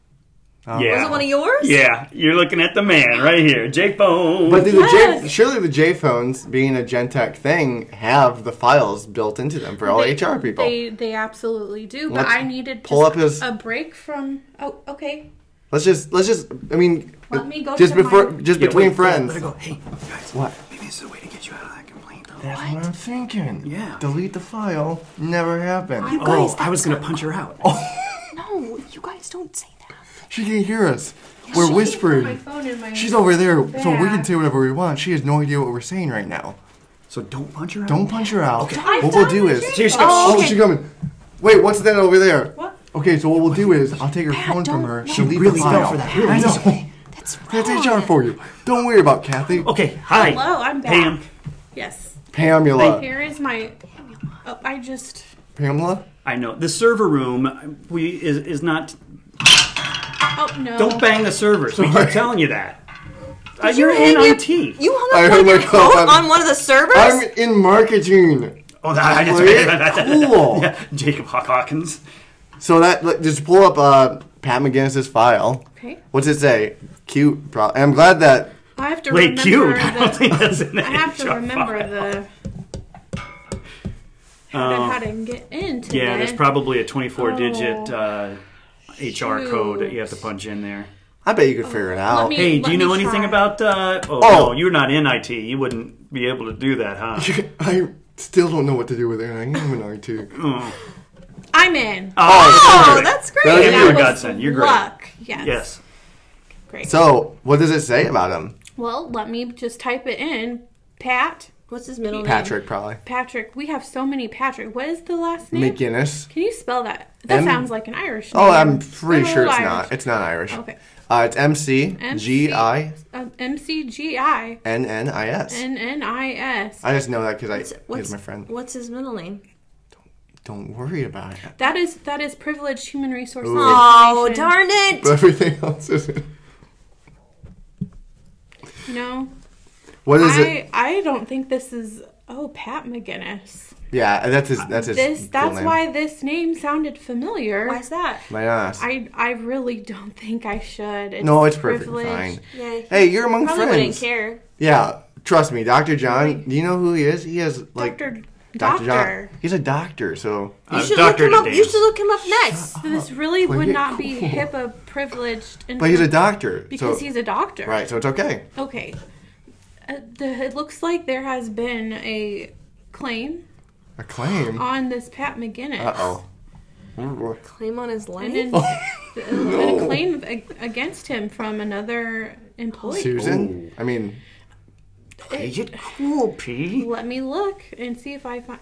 Speaker 3: yeah.
Speaker 2: was it one of yours?
Speaker 3: Yeah, you're looking at the man right here, Jake Bone.
Speaker 1: but the, the J,
Speaker 4: Yes.
Speaker 1: surely the J phones, being a Gentech thing, have the files built into them for all
Speaker 4: They-
Speaker 1: HR Oh, people.
Speaker 4: They they absolutely do. But
Speaker 1: Let's
Speaker 4: I needed
Speaker 1: pull
Speaker 4: just
Speaker 1: up his-
Speaker 4: a break from. Oh, okay.
Speaker 1: let's just let's just. I mean,
Speaker 4: Let me go
Speaker 1: just
Speaker 4: to
Speaker 1: before,
Speaker 4: my-
Speaker 1: just
Speaker 3: Yeah,
Speaker 1: between
Speaker 3: wait,
Speaker 1: friends.
Speaker 3: let her go. Hey, guys,
Speaker 1: What?
Speaker 3: maybe this is a way to get you out of that complaint. Though.
Speaker 1: That's what I'm thinking.
Speaker 3: Yeah.
Speaker 1: Delete the file. Never happened.
Speaker 3: oh, I was gonna punch her out. Oh,
Speaker 2: No, you guys don't say that.
Speaker 1: She can't hear us. We're
Speaker 4: My
Speaker 1: whispering.
Speaker 4: phone in my.
Speaker 1: She's over there, so we can
Speaker 4: bag.
Speaker 1: say whatever we want. She has no idea what we're saying right now.
Speaker 3: so don't punch her out.
Speaker 1: Don't punch her out.
Speaker 4: I
Speaker 1: What we'll
Speaker 4: found
Speaker 1: do
Speaker 4: the
Speaker 1: is.
Speaker 4: J
Speaker 3: She's
Speaker 4: phone.
Speaker 1: Oh,
Speaker 2: Okay.
Speaker 1: she's coming. Wait, what's that over there?
Speaker 4: What?
Speaker 1: Okay, so what we'll do is I'll take her phone from
Speaker 2: don't-
Speaker 1: her.
Speaker 2: no.
Speaker 1: She'll leave
Speaker 3: really
Speaker 1: the file.
Speaker 3: fell for that.
Speaker 1: I
Speaker 3: That's
Speaker 1: know.
Speaker 2: That's wrong.
Speaker 1: That's HR for you. Don't worry about Kathy.
Speaker 3: Okay, hi.
Speaker 4: Hello, I'm back.
Speaker 3: Pam.
Speaker 4: Yes.
Speaker 1: Pamela.
Speaker 4: Here is my. Oh, I just.
Speaker 1: Pamela?
Speaker 3: I know the server room. We is is not.
Speaker 4: Oh no.
Speaker 3: Don't bang the servers. We keep
Speaker 1: Sorry.
Speaker 3: telling you that. Uh, you're in
Speaker 2: hang your-
Speaker 3: IT.
Speaker 2: You hung
Speaker 1: I
Speaker 2: up
Speaker 1: heard
Speaker 2: on
Speaker 1: my
Speaker 2: your
Speaker 1: call.
Speaker 2: phone
Speaker 1: I'm-
Speaker 2: on one of the servers.
Speaker 1: I'm in marketing.
Speaker 3: oh, that, I just
Speaker 1: Wait, cool.
Speaker 3: *laughs* Yeah, Jacob Hawk Hawkins.
Speaker 1: So that look, just pull up uh, Pat McGinnis's file.
Speaker 4: Okay.
Speaker 1: What's it say? Cute. Pro- and I'm glad that.
Speaker 4: I have to
Speaker 3: Wait,
Speaker 4: remember
Speaker 3: cute. *laughs* I don't
Speaker 4: the.
Speaker 3: think that's in the
Speaker 4: I have to
Speaker 3: HR
Speaker 4: remember
Speaker 3: file.
Speaker 4: the. How to, how to get into
Speaker 3: Um, Yeah, there's probably a 24-digit
Speaker 4: Oh.
Speaker 3: uh, HR code that you have to
Speaker 4: Shoot.
Speaker 3: punch in there.
Speaker 1: I bet you could figure it out.
Speaker 4: me-
Speaker 3: Hey, do
Speaker 4: Oh, let
Speaker 3: you know
Speaker 4: me
Speaker 3: anything
Speaker 4: try.
Speaker 3: about? Uh, oh,
Speaker 1: Oh.
Speaker 3: no, you're not in IT. You wouldn't be able to do that, huh?
Speaker 1: *laughs* I still don't know what to do with it. I am an IT.
Speaker 4: I'm in.
Speaker 2: oh,
Speaker 3: oh,
Speaker 2: that's
Speaker 1: That
Speaker 2: great.
Speaker 1: is-
Speaker 3: you're a
Speaker 4: was
Speaker 3: godsend. You're great.
Speaker 4: Luck. Yes.
Speaker 3: Yes.
Speaker 4: Great.
Speaker 1: So, what does it say about him?
Speaker 4: well, let me just type it in. Pat.
Speaker 2: What's his middle name?
Speaker 1: Patrick, probably.
Speaker 4: Patrick. We have so many Patrick. What is the last name?
Speaker 1: McGinnis.
Speaker 4: Can you spell that? That
Speaker 1: M-
Speaker 4: sounds like an Irish name.
Speaker 1: Oh, I'm pretty
Speaker 4: Little
Speaker 1: sure it's
Speaker 4: Irish.
Speaker 1: not. It's not Irish.
Speaker 4: Okay.
Speaker 1: Uh, it's M C
Speaker 4: MC.
Speaker 1: G I
Speaker 4: Um, M C G I
Speaker 1: N N I S.
Speaker 4: N N I S.
Speaker 1: I just know that because I
Speaker 2: What's
Speaker 1: he's my friend.
Speaker 2: What's his middle name?
Speaker 1: Don't worry about
Speaker 4: *laughs*
Speaker 1: it.
Speaker 4: That is that is privileged human resource.
Speaker 1: Ooh.
Speaker 2: Oh,
Speaker 4: information.
Speaker 2: darn it!
Speaker 1: But everything else is.
Speaker 4: No,
Speaker 1: What is it?
Speaker 4: I I don't think this is. Oh, Pat McGinnis.
Speaker 1: Yeah, that's his. That's his.
Speaker 4: This
Speaker 1: full
Speaker 4: that's
Speaker 1: name.
Speaker 4: why this name sounded familiar.
Speaker 2: Why's that?
Speaker 1: My ass.
Speaker 4: I I really don't think I should. It's
Speaker 1: No, it's perfectly
Speaker 4: privileged.
Speaker 1: fine.
Speaker 2: Yay.
Speaker 1: Hey, you're among
Speaker 2: Probably wouldn't
Speaker 1: friends.
Speaker 2: care.
Speaker 1: Yeah, trust me, Doctor John. Do you know who he is? He has like
Speaker 4: Doctor
Speaker 1: Dr.
Speaker 4: Doctor.
Speaker 1: John. He's a doctor, so
Speaker 2: You
Speaker 3: Uh,
Speaker 2: should look
Speaker 3: Dr.
Speaker 2: him up.
Speaker 3: Dadamus.
Speaker 2: You should look him up next.
Speaker 4: This really
Speaker 1: play
Speaker 4: would
Speaker 1: it
Speaker 4: not be
Speaker 1: Oh, cool.
Speaker 4: HIPAA privileged.
Speaker 1: but he's a doctor.
Speaker 4: because
Speaker 1: so,
Speaker 4: he's a doctor.
Speaker 1: right, so it's okay.
Speaker 4: Okay. Uh, the, it looks like there has been a claim
Speaker 1: A claim. Uh
Speaker 4: on this Pat McGinnis.
Speaker 1: oh.
Speaker 2: Claim on his life.
Speaker 4: And
Speaker 1: *laughs*
Speaker 4: then a claim ag- against him from another employee.
Speaker 1: Susan. I mean,
Speaker 3: Is it cool, P?
Speaker 4: Let me look and see if I find.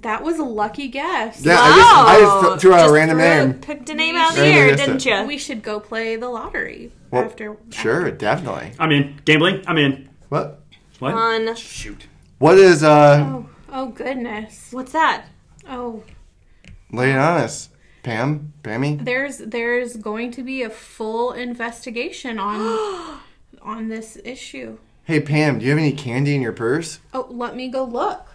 Speaker 4: That was a lucky guess.
Speaker 1: Yeah, I just, I just th- threw out a random
Speaker 2: threw-
Speaker 1: name.
Speaker 2: Picked a name out of the
Speaker 1: Randomly
Speaker 2: air,
Speaker 1: guessed
Speaker 2: didn't
Speaker 1: it.
Speaker 2: you?
Speaker 4: We should go play the lottery
Speaker 1: Well,
Speaker 4: after.
Speaker 1: Sure, definitely.
Speaker 3: I'm in. Gambling? I'm in.
Speaker 1: What?
Speaker 3: What?
Speaker 2: On
Speaker 3: Shoot.
Speaker 1: What is uh,
Speaker 4: Oh, oh goodness.
Speaker 2: what's that?
Speaker 4: Oh,
Speaker 1: lay it on us, Pam, Pammy?
Speaker 4: there's there's going to be a full investigation on
Speaker 3: *gasps*
Speaker 4: on this issue.
Speaker 1: Hey Pam, do you have any candy in your purse?
Speaker 4: Oh, let me go look.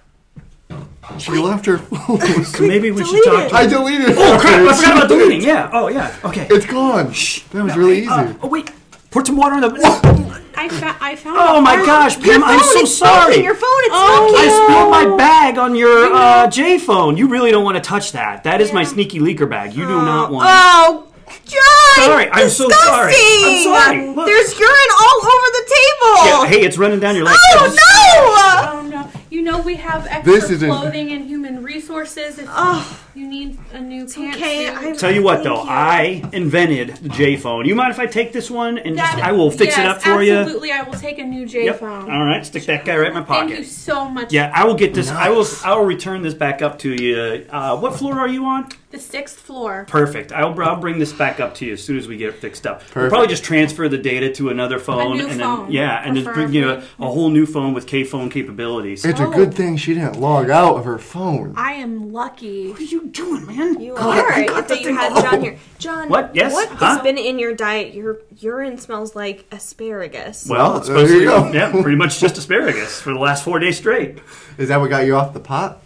Speaker 1: She left her *laughs* phone.
Speaker 3: So maybe we should
Speaker 2: delete
Speaker 3: talk
Speaker 2: it.
Speaker 3: to.
Speaker 1: I deleted it.
Speaker 3: Oh crap! I forgot about the meeting. Yeah. Oh yeah. Okay.
Speaker 1: It's gone. That was really easy.
Speaker 3: Uh, oh wait. Pour some water on the.
Speaker 4: I, fa- I found.
Speaker 3: Oh
Speaker 4: a
Speaker 3: my
Speaker 4: art-
Speaker 3: gosh, Pam! I'm so sorry.
Speaker 2: Your phone, it's
Speaker 3: I spilled my bag on your uh, J phone. You really don't want to touch that. That is my sneaky leaker bag. You do not want.
Speaker 2: Oh, John!
Speaker 3: Sorry, I'm so sorry. I'm sorry.
Speaker 2: Disgusting!
Speaker 3: Look.
Speaker 2: There's urine all over the table.
Speaker 3: Yeah, hey, it's running down your leg.
Speaker 2: Oh no!
Speaker 4: Oh no! You know we have extra
Speaker 1: This is in-
Speaker 4: clothing and human resources. If you need a new pantsuit.
Speaker 2: Okay, I'm,
Speaker 3: Tell you what,
Speaker 2: thank
Speaker 3: though, I invented the J phone. You mind if I take this one and just,
Speaker 4: That-
Speaker 3: I will fix it
Speaker 4: yes,
Speaker 3: up for you?
Speaker 4: Absolutely, I will take a new J
Speaker 3: Yep.
Speaker 4: phone.
Speaker 3: All right, stick that guy right in my
Speaker 4: Thank you
Speaker 3: pocket.
Speaker 4: so much.
Speaker 3: Yeah, I will get this. I will. I will return this back up to you. Uh, what floor are you on?
Speaker 4: The sixth floor.
Speaker 3: Perfect. I'll, I'll bring this back up to you as soon as we get it fixed up. We'll probably just transfer the data to another phone,
Speaker 4: new
Speaker 3: and
Speaker 4: phone,
Speaker 3: then yeah, and then bring you a,
Speaker 4: preferably.
Speaker 3: a whole new phone with K phone capabilities.
Speaker 1: It's a
Speaker 4: Oh.
Speaker 1: good thing she didn't log out of her phone.
Speaker 4: I am lucky.
Speaker 3: What are you doing, man?
Speaker 2: You are right that you had John here. John,
Speaker 3: What? Yes?
Speaker 2: what
Speaker 3: Huh?
Speaker 2: has been in your diet? Your urine smells like asparagus.
Speaker 3: Well, it's
Speaker 1: there
Speaker 3: supposed
Speaker 1: you
Speaker 3: to be,
Speaker 1: go.
Speaker 3: yeah, pretty much just asparagus for the last four days straight.
Speaker 1: Is that what got you off the pot?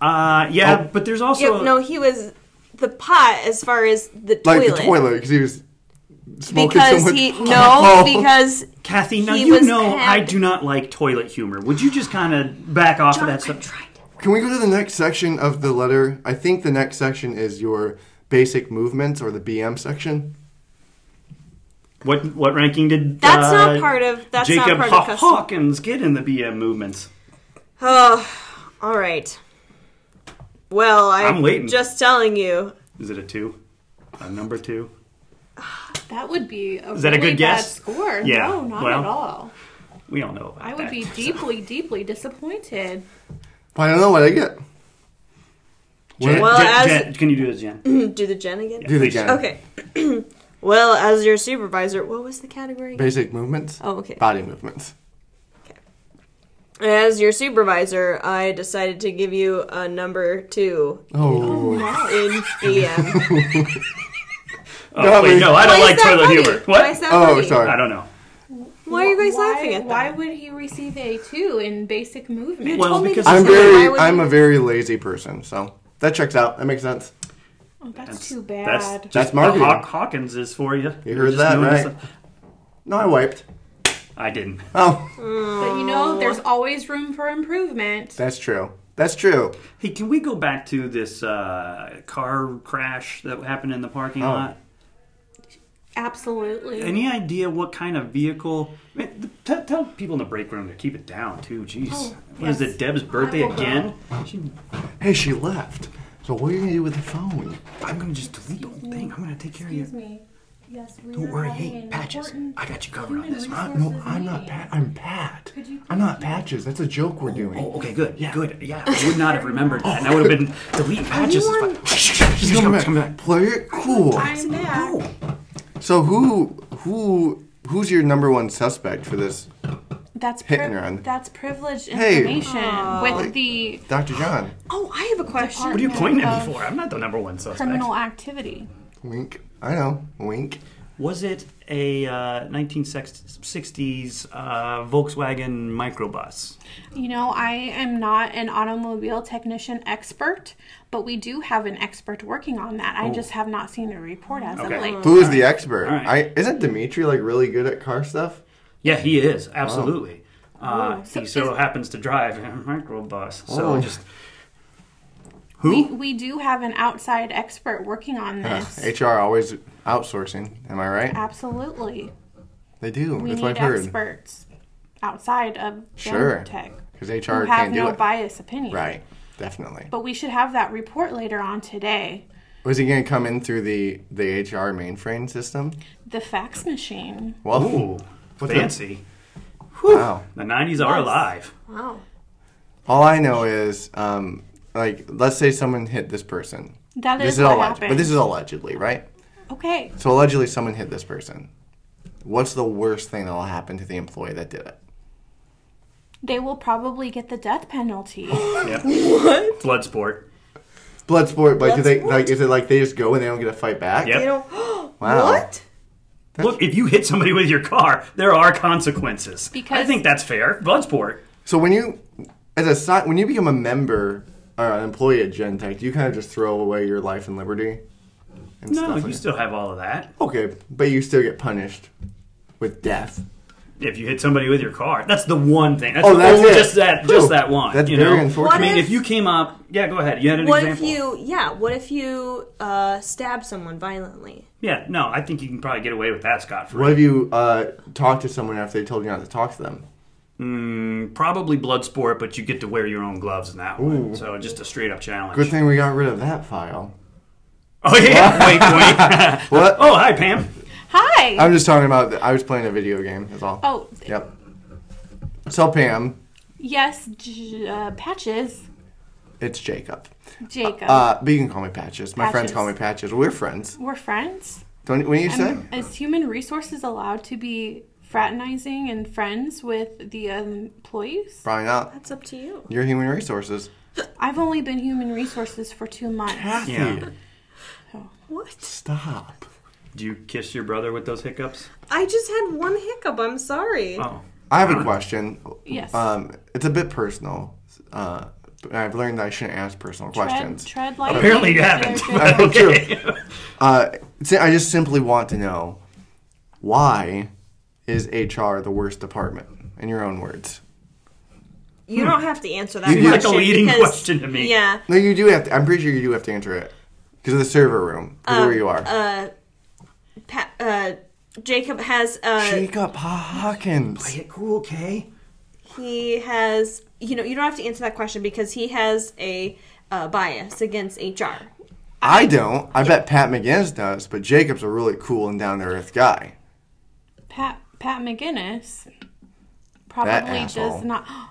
Speaker 3: Uh, yeah,
Speaker 1: Oh.
Speaker 3: but there's also
Speaker 2: Yep, no, he was the pot as far as the
Speaker 1: Like
Speaker 2: toilet.
Speaker 1: the toilet, because he was smoking Oh. so
Speaker 2: Because
Speaker 1: much *laughs*
Speaker 2: he
Speaker 1: pot.
Speaker 2: no, because
Speaker 3: Kathy. Now
Speaker 2: he
Speaker 3: you
Speaker 2: was
Speaker 3: know I
Speaker 2: had-
Speaker 3: do not like toilet humor. Would you just kind of back off
Speaker 2: John,
Speaker 3: of that
Speaker 2: I'm
Speaker 3: stuff?
Speaker 2: trying.
Speaker 1: Can we go to the next section of the letter? I think the next section is your basic movements or the BM section.
Speaker 3: What what ranking did
Speaker 2: That's
Speaker 3: uh,
Speaker 2: not part of that's
Speaker 3: Jacob
Speaker 2: not part
Speaker 3: Haw-
Speaker 2: of custom.
Speaker 3: Hawkins get in the BM movements?
Speaker 2: Oh, *sighs* all right. Well, I,
Speaker 3: I'm waiting.
Speaker 2: Just telling you. *laughs*
Speaker 3: Is it a two? A number two?
Speaker 4: That would be a
Speaker 3: that a
Speaker 4: really
Speaker 3: good
Speaker 4: bad
Speaker 3: guess?
Speaker 4: score.
Speaker 3: Yeah,
Speaker 4: No, not
Speaker 3: well,
Speaker 4: at all.
Speaker 3: We all know about
Speaker 4: I would
Speaker 3: that.
Speaker 4: be deeply, deeply disappointed.
Speaker 1: But I don't know what I get.
Speaker 3: Jen,
Speaker 2: Well,
Speaker 3: Jen-
Speaker 2: as-
Speaker 3: Jen- can you do this, Jen?
Speaker 2: Do the gen again.
Speaker 1: Do it
Speaker 3: Please.
Speaker 1: again.
Speaker 2: Okay. *clears throat* well, as your supervisor, what was the category?
Speaker 1: Basic movements.
Speaker 2: Oh, okay.
Speaker 1: Body movements.
Speaker 2: As your supervisor, I decided to give you a number two
Speaker 1: Oh,
Speaker 3: *laughs*
Speaker 2: in BM.
Speaker 3: Oh,
Speaker 1: No,
Speaker 3: wait,
Speaker 1: we-
Speaker 3: no, I don't like toilet humor. What?
Speaker 2: Why is that
Speaker 1: oh,
Speaker 2: *laughs* funny?
Speaker 1: sorry.
Speaker 3: I don't know.
Speaker 2: Why are you guys
Speaker 4: why,
Speaker 2: laughing at that?
Speaker 4: Why would he receive a two in basic movement?
Speaker 3: Well,
Speaker 2: told me
Speaker 3: because
Speaker 2: to
Speaker 1: I'm
Speaker 2: say it. Why
Speaker 1: very,
Speaker 2: would
Speaker 1: I'm
Speaker 2: you-
Speaker 1: a very lazy person, so that checks out. That makes sense.
Speaker 4: oh, that's,
Speaker 3: That's-
Speaker 4: too
Speaker 3: That's
Speaker 4: bad.
Speaker 3: just
Speaker 1: That's
Speaker 3: what
Speaker 1: marketing.
Speaker 3: Hawk- Hawkins is for you.
Speaker 1: You
Speaker 3: We're
Speaker 1: heard
Speaker 3: just
Speaker 1: that,
Speaker 3: doing this-
Speaker 1: right? No, I wiped.
Speaker 3: I didn't.
Speaker 1: Oh,
Speaker 4: but you know, there's always room for improvement.
Speaker 1: that's true. That's true.
Speaker 3: Hey, can we go back to this uh, car crash that happened in the parking
Speaker 1: Oh.
Speaker 3: lot?
Speaker 4: Absolutely.
Speaker 3: Any idea what kind of vehicle? I mean, th- tell- tell people in the break room to keep it down too. Jeez,
Speaker 4: Oh,
Speaker 3: What is
Speaker 4: yes.
Speaker 3: it? Deb's birthday
Speaker 4: I will go.
Speaker 3: again? She,
Speaker 1: Hey, she left. So what are you gonna do with the phone?
Speaker 3: I'm gonna just delete the whole thing. I'm gonna take care of you.
Speaker 4: Excuse me. Yes, we
Speaker 1: Don't
Speaker 4: are
Speaker 1: worry,
Speaker 4: having
Speaker 1: hey,
Speaker 4: an
Speaker 1: Patches.
Speaker 4: important-
Speaker 1: I got you covered on
Speaker 4: human
Speaker 1: this. I,
Speaker 4: resources
Speaker 1: no, I'm not
Speaker 4: meeting.
Speaker 1: Pat. I'm Pat.
Speaker 4: Could you
Speaker 1: I'm not Patches. That's a joke we're doing.
Speaker 3: Oh, okay, good. Yeah, good. Yeah, I would not have remembered that, and I would have been delete patches.
Speaker 2: Anyone-
Speaker 3: *laughs* She's coming back. Coming back.
Speaker 1: Play it cool.
Speaker 4: I'm back.
Speaker 3: Oh,
Speaker 1: So who who who's your number one suspect for this,
Speaker 4: That's
Speaker 1: Hit
Speaker 4: priv-
Speaker 1: and run.
Speaker 4: that's privileged
Speaker 1: Hey.
Speaker 4: information with the
Speaker 1: Doctor John?
Speaker 2: Oh, I have a question.
Speaker 3: what are you pointing at
Speaker 4: Of
Speaker 3: me for? I'm not the number one suspect.
Speaker 4: criminal activity.
Speaker 1: Wink. I know. Wink.
Speaker 3: Was it a uh, 1960s uh, Volkswagen microbus?
Speaker 4: You know, I am not an automobile technician expert, but we do have an expert working on that. I just have not seen a report as
Speaker 3: Okay.
Speaker 4: of late.
Speaker 1: Who is the expert?
Speaker 3: All right.
Speaker 1: I isn't Dimitri like really good at car stuff?
Speaker 3: Yeah, he is absolutely. Uh,
Speaker 4: So
Speaker 3: he so
Speaker 4: is-
Speaker 3: happens to drive a microbus. So
Speaker 1: Oh.
Speaker 3: just
Speaker 4: We,
Speaker 3: who?
Speaker 4: we do have an outside expert working on this.
Speaker 1: HR always outsourcing. Am I right?
Speaker 4: Absolutely.
Speaker 1: They do.
Speaker 4: We
Speaker 1: That's
Speaker 4: need
Speaker 1: what I've heard.
Speaker 4: experts outside of
Speaker 1: Sure.
Speaker 4: sure. tech
Speaker 1: Because
Speaker 4: who
Speaker 1: HR
Speaker 4: have
Speaker 1: can't do
Speaker 4: no
Speaker 1: it.
Speaker 4: bias opinion.
Speaker 1: Right. Definitely.
Speaker 4: But we should have that report later on today.
Speaker 1: Was he gonna come in through the the HR mainframe system?
Speaker 4: The fax machine.
Speaker 1: Well,
Speaker 3: Ooh,
Speaker 1: what's
Speaker 3: fancy.
Speaker 1: Wow.
Speaker 3: The 90s are
Speaker 4: Yes.
Speaker 3: alive.
Speaker 4: Wow.
Speaker 1: All I know is, um, like, let's say someone hit this person.
Speaker 4: That
Speaker 1: this
Speaker 4: is
Speaker 1: is all
Speaker 4: what
Speaker 1: alleged,
Speaker 4: happened.
Speaker 1: but this is allegedly, right?
Speaker 4: okay.
Speaker 1: So allegedly, someone hit this person. What's the worst thing that will happen to the employee that did it?
Speaker 4: They will probably get the death penalty. *gasps*
Speaker 3: Yep. Blood sport.
Speaker 1: Bloodsport, like, do they
Speaker 2: Bloodsport?
Speaker 1: like? Is it like they just go and they don't get a fight back?
Speaker 3: Yep.
Speaker 2: You know,
Speaker 1: Wow.
Speaker 2: *gasps* what?
Speaker 3: Look, if you hit somebody with your car, there are consequences. I
Speaker 4: Because-
Speaker 3: think that's fair. Blood sport.
Speaker 1: So when you, as a si- when you become a member or an employee at Gentech, do you kind of just throw away your life and liberty? And
Speaker 3: No,
Speaker 1: like
Speaker 3: you still have all of that.
Speaker 1: Okay, but you still get punished with death.
Speaker 3: If you hit somebody with your car, that's the one thing. That's
Speaker 1: Oh,
Speaker 3: the
Speaker 1: that's
Speaker 3: only-
Speaker 1: it.
Speaker 3: Just that, just
Speaker 1: Whew.
Speaker 3: that one.
Speaker 1: That's
Speaker 3: you
Speaker 1: very
Speaker 3: know?
Speaker 1: unfortunate.
Speaker 3: I mean,
Speaker 2: What
Speaker 3: if you came up, yeah, go ahead. You had an
Speaker 2: What
Speaker 3: example.
Speaker 2: if you, yeah, what if you uh, stab someone violently?
Speaker 3: Yeah, no, I think you can probably get away with that, Scott.
Speaker 1: What if you uh, talk to someone after they told you not to talk to them?
Speaker 3: Mm, probably blood sport, but you get to wear your own gloves in that one. So just a straight up challenge.
Speaker 1: Good thing we got rid of that file.
Speaker 3: *laughs*
Speaker 1: *laughs*
Speaker 3: Oh *laughs* yeah, wait, wait.
Speaker 1: What?
Speaker 3: oh, hi Pam.
Speaker 4: Hi.
Speaker 1: I'm just talking about. I was playing a video game. That's all.
Speaker 4: oh,
Speaker 1: Yep. So Pam,
Speaker 4: yes, J- uh, Patches.
Speaker 1: it's Jacob.
Speaker 4: Jacob.
Speaker 1: Uh, but you can call me Patches. My friends
Speaker 4: Patches.
Speaker 1: call me Patches. We're friends.
Speaker 4: We're friends.
Speaker 1: Don't when you say?
Speaker 4: And is human resources allowed to be fraternizing and friends with the employees?
Speaker 1: Probably not.
Speaker 2: That's up to you.
Speaker 1: You're human resources.
Speaker 4: I've only been human resources for two months.
Speaker 1: Kathy,
Speaker 3: Yeah.
Speaker 2: What?
Speaker 1: stop.
Speaker 3: Do you kiss your brother with those hiccups?
Speaker 2: I just had one hiccup. I'm sorry.
Speaker 3: Oh,
Speaker 1: I have a question.
Speaker 4: Yes.
Speaker 1: Um, it's a bit personal. Uh, and I've learned that I shouldn't ask personal
Speaker 4: tread,
Speaker 1: questions.
Speaker 4: tread lightly.
Speaker 3: apparently you
Speaker 4: They're
Speaker 3: haven't.
Speaker 4: good.
Speaker 1: *laughs* That's
Speaker 3: *laughs*
Speaker 1: true. Uh, si- I just simply want to know why is HR the worst department? In your own words.
Speaker 2: You don't have to answer that
Speaker 1: You-
Speaker 2: question.
Speaker 1: Like a
Speaker 3: leading
Speaker 2: because-
Speaker 3: question to me.
Speaker 2: Yeah.
Speaker 1: No, you do have to. I'm pretty sure you do have to answer it because of the server room, 'cause of where you are.
Speaker 2: Uh, pa- uh, Jacob has uh,
Speaker 1: Jacob Hawkins.
Speaker 3: Get cool, okay?
Speaker 2: he has you know you don't have to answer that question because he has a uh, bias against HR.
Speaker 1: I don't. I bet Pat McGinnis does, but Jacob's a really cool and down to earth guy.
Speaker 4: Pat Pat McGinnis
Speaker 1: That
Speaker 4: probably
Speaker 1: asshole.
Speaker 4: does not. *gasps*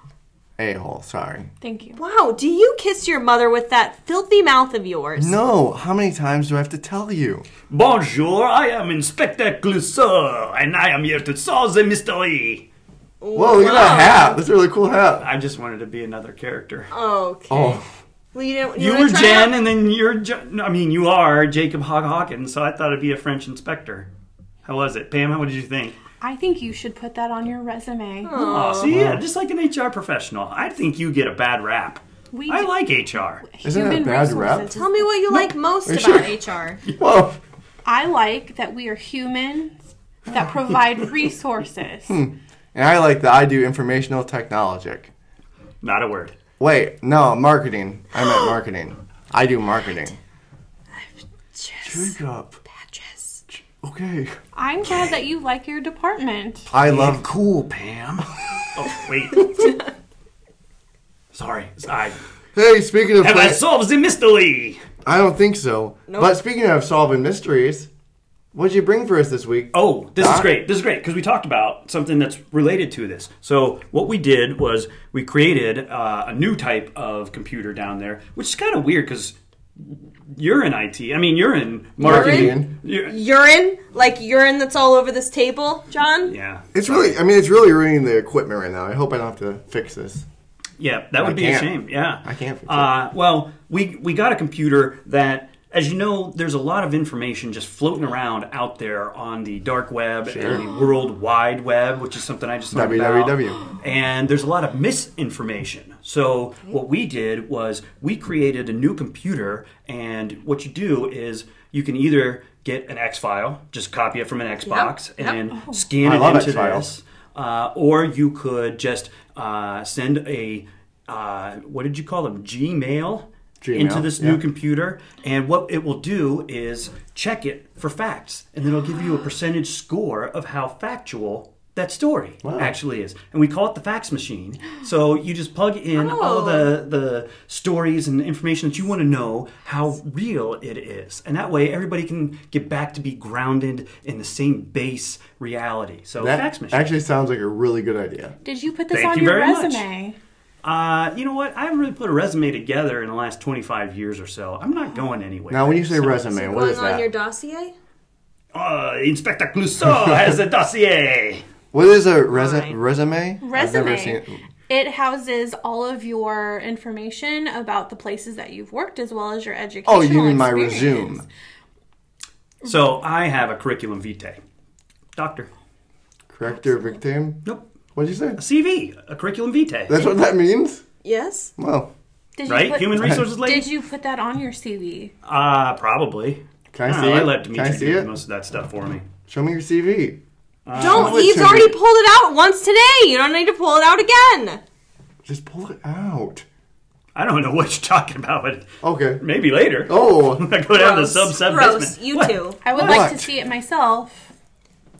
Speaker 1: A hole. Sorry.
Speaker 4: Thank you.
Speaker 2: Wow, do you kiss your mother with that filthy mouth of yours?
Speaker 1: No. How many times do I have to tell you?
Speaker 3: Bonjour, I am Inspector Clouseau, and I am here to solve the mystery.
Speaker 1: Whoa, look at that hat. That's a really cool hat.
Speaker 3: I just wanted to be another character.
Speaker 2: Okay.
Speaker 1: Oh,
Speaker 2: Well, you don't.
Speaker 3: You
Speaker 2: wanna
Speaker 3: were
Speaker 2: try
Speaker 3: Jen,
Speaker 2: it?
Speaker 3: and then you're. Jo- no, I mean, you are Jacob Hog Hawkins, so I thought it'd be a French inspector. How was it, Pam? What did you think?
Speaker 4: I think you should put that on your resume.
Speaker 3: Oh, see, yeah, just like an HR professional, I think you get a bad rap.
Speaker 4: We
Speaker 3: I like HR.
Speaker 1: Isn't that bad rap?
Speaker 4: resources.
Speaker 2: Tell me what you like most about
Speaker 1: sure?
Speaker 2: HR.
Speaker 1: whoa.
Speaker 4: I like that we are humans that
Speaker 1: *laughs*
Speaker 4: provide resources.
Speaker 1: Hmm. And I like that I do informational technologic.
Speaker 3: Not a word.
Speaker 1: Wait, no, marketing. I
Speaker 2: *gasps*
Speaker 1: meant marketing. I do marketing.
Speaker 2: Just
Speaker 1: Jacob.
Speaker 2: patches.
Speaker 1: Okay.
Speaker 4: I'm glad that you like your department.
Speaker 1: I love.
Speaker 3: Cool, Pam. oh, wait. Sorry. I,
Speaker 1: Hey, speaking of.
Speaker 3: have I
Speaker 1: things-
Speaker 3: solved the mystery?
Speaker 1: I don't think so. But speaking of solving mysteries, what'd you bring for us this week?
Speaker 3: Oh, this is
Speaker 1: Doc?
Speaker 3: great. This is great because we talked about something that's related to this. So what we did was we created uh, a new type of computer down there, which is kind of weird because you're in IT. I mean, you're in marketing.
Speaker 1: Marketing.
Speaker 3: You're-
Speaker 2: Urine, like urine that's all over this table, John.
Speaker 3: yeah.
Speaker 1: It's really. I mean, it's really ruining the equipment right now. I hope I don't have to fix this.
Speaker 3: Yeah, that would be
Speaker 1: can't.
Speaker 3: a shame. Yeah,
Speaker 1: I can't fix
Speaker 3: Uh, well, we we got a computer that, as you know, there's a lot of information just floating around out there on the dark web and the World Wide Web, which is something I just learned about.
Speaker 1: WWW.
Speaker 3: And there's a lot of misinformation. So what we did was we created a new computer, and what you do is you can either get an X file, just copy it from an Xbox,
Speaker 2: Yep. Oh.
Speaker 3: and scan
Speaker 1: I
Speaker 3: it
Speaker 1: love
Speaker 3: into
Speaker 1: X-Files.
Speaker 3: this uh, or you could just uh, send a uh, what did you call them Gmail,
Speaker 1: Gmail,
Speaker 3: into this new
Speaker 1: yeah.
Speaker 3: computer, and what it will do is check it for facts, and then it'll give you a percentage score of how factual that story
Speaker 1: Wow.
Speaker 3: actually is. And we call it the fax machine. So you just plug in all
Speaker 4: Oh.
Speaker 3: the, the stories and information that you want to know how real it is. And that way everybody can get back to be grounded in the same base reality. So fax
Speaker 1: That
Speaker 3: machine.
Speaker 1: actually sounds like a really good idea.
Speaker 4: Did you put this
Speaker 3: Thank
Speaker 4: on
Speaker 3: you
Speaker 4: your
Speaker 3: very much.
Speaker 4: resume?
Speaker 3: uh, you know what? I haven't really put a resume together in the last 25 years or so. I'm not going anywhere.
Speaker 1: Now, when you say
Speaker 3: So-
Speaker 1: resume, what
Speaker 2: Going
Speaker 1: is
Speaker 2: on
Speaker 1: that?
Speaker 2: your dossier?
Speaker 3: Uh, Inspector *laughs* Clouseau has a dossier.
Speaker 1: what is a resu-
Speaker 2: Fine.
Speaker 1: resume? I've never
Speaker 4: Resume.
Speaker 1: seen.
Speaker 4: It houses all of your information about the places that you've worked as well as your education.
Speaker 1: Oh, you mean my resume?
Speaker 3: So I have a curriculum vitae. Doctor.
Speaker 1: Corrector victim.
Speaker 3: Nope.
Speaker 1: What did you say?
Speaker 3: A CV, a curriculum vitae.
Speaker 1: That's what that means.
Speaker 2: Yes.
Speaker 1: Well,
Speaker 4: Did you
Speaker 3: right?
Speaker 4: put-
Speaker 3: Human resources lady?
Speaker 4: Did you put that on your CV?
Speaker 3: Uh, probably.
Speaker 1: can I
Speaker 3: don't
Speaker 1: see
Speaker 3: know,
Speaker 1: it?
Speaker 3: Oh, I let
Speaker 1: can I
Speaker 3: Dimitri
Speaker 1: see
Speaker 3: do
Speaker 1: it?
Speaker 3: most of that stuff for me.
Speaker 1: Show me your CV.
Speaker 2: Don't.
Speaker 1: Show it
Speaker 2: Eve's
Speaker 1: to
Speaker 2: already
Speaker 1: me.
Speaker 2: pulled it out once today. You don't need to pull it out again.
Speaker 1: Just pull it out.
Speaker 3: I don't know what you're talking about, but
Speaker 1: Okay.
Speaker 3: maybe later. *laughs*
Speaker 1: Oh,
Speaker 3: I go down to the
Speaker 2: Gross.
Speaker 3: sub sub
Speaker 2: Gross.
Speaker 3: basement.
Speaker 2: You
Speaker 3: What?
Speaker 2: too.
Speaker 4: I would like to
Speaker 1: What?
Speaker 4: see it myself.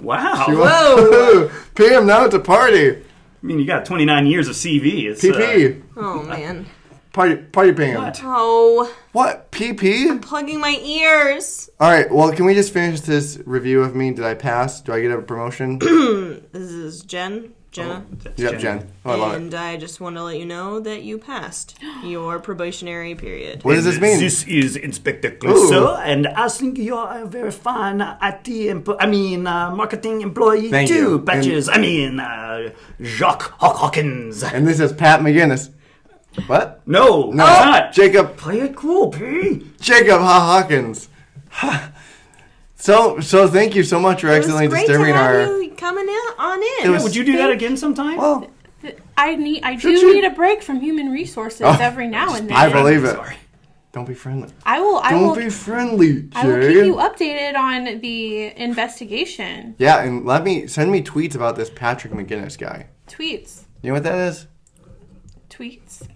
Speaker 3: Wow.
Speaker 1: you
Speaker 3: I
Speaker 2: Oh.
Speaker 1: *laughs* want- PM, now it's a party.
Speaker 3: mean, you got 29 years of CV. It's, uh,
Speaker 1: PP,
Speaker 2: Oh man.
Speaker 1: party, party PM.
Speaker 3: what?
Speaker 2: Oh,
Speaker 1: What PP?
Speaker 2: plugging my ears.
Speaker 1: All right. Well, can we just finish this review of me? Did I pass? Do I get a promotion?
Speaker 2: This is Jen. Jenna.
Speaker 3: That's
Speaker 1: yep, Jen. Oh, I love it.
Speaker 2: and I just want to let you know that
Speaker 1: *gasps*
Speaker 2: you passed your probationary period.
Speaker 1: What does this mean?
Speaker 3: This is Inspector
Speaker 1: Clouseau,
Speaker 3: Clouseau, and I think you're a very fine IT, empl- I mean, uh, marketing employee
Speaker 1: Thank
Speaker 3: too,
Speaker 1: you. And-
Speaker 3: Patches. I mean, uh, Jacques Haw- Hawkins.
Speaker 1: And this is Pat McGinnis. What?
Speaker 3: No, no,
Speaker 1: Oh,
Speaker 3: it's not.
Speaker 1: Jacob.
Speaker 3: Play it cool, P.
Speaker 1: Jacob Ha Hawkins. so, so thank you so much for
Speaker 2: It was
Speaker 1: accidentally
Speaker 2: great to
Speaker 1: disturbing
Speaker 2: have
Speaker 1: our.
Speaker 2: you coming in on in.
Speaker 1: It was-
Speaker 3: Would you do that again sometime?
Speaker 1: Well,
Speaker 4: I need. I do
Speaker 1: Should you- Ah,
Speaker 4: need a break from human resources every now and then.
Speaker 1: I believe it.
Speaker 3: Sorry.
Speaker 1: Don't be friendly.
Speaker 4: I will. I will.
Speaker 1: Don't be friendly, Jay.
Speaker 4: I will keep you updated on the investigation
Speaker 1: yeah, and let me send me tweets about this Patrick McGinnis guy.
Speaker 4: tweets.
Speaker 1: You know what that is?
Speaker 4: Tweets.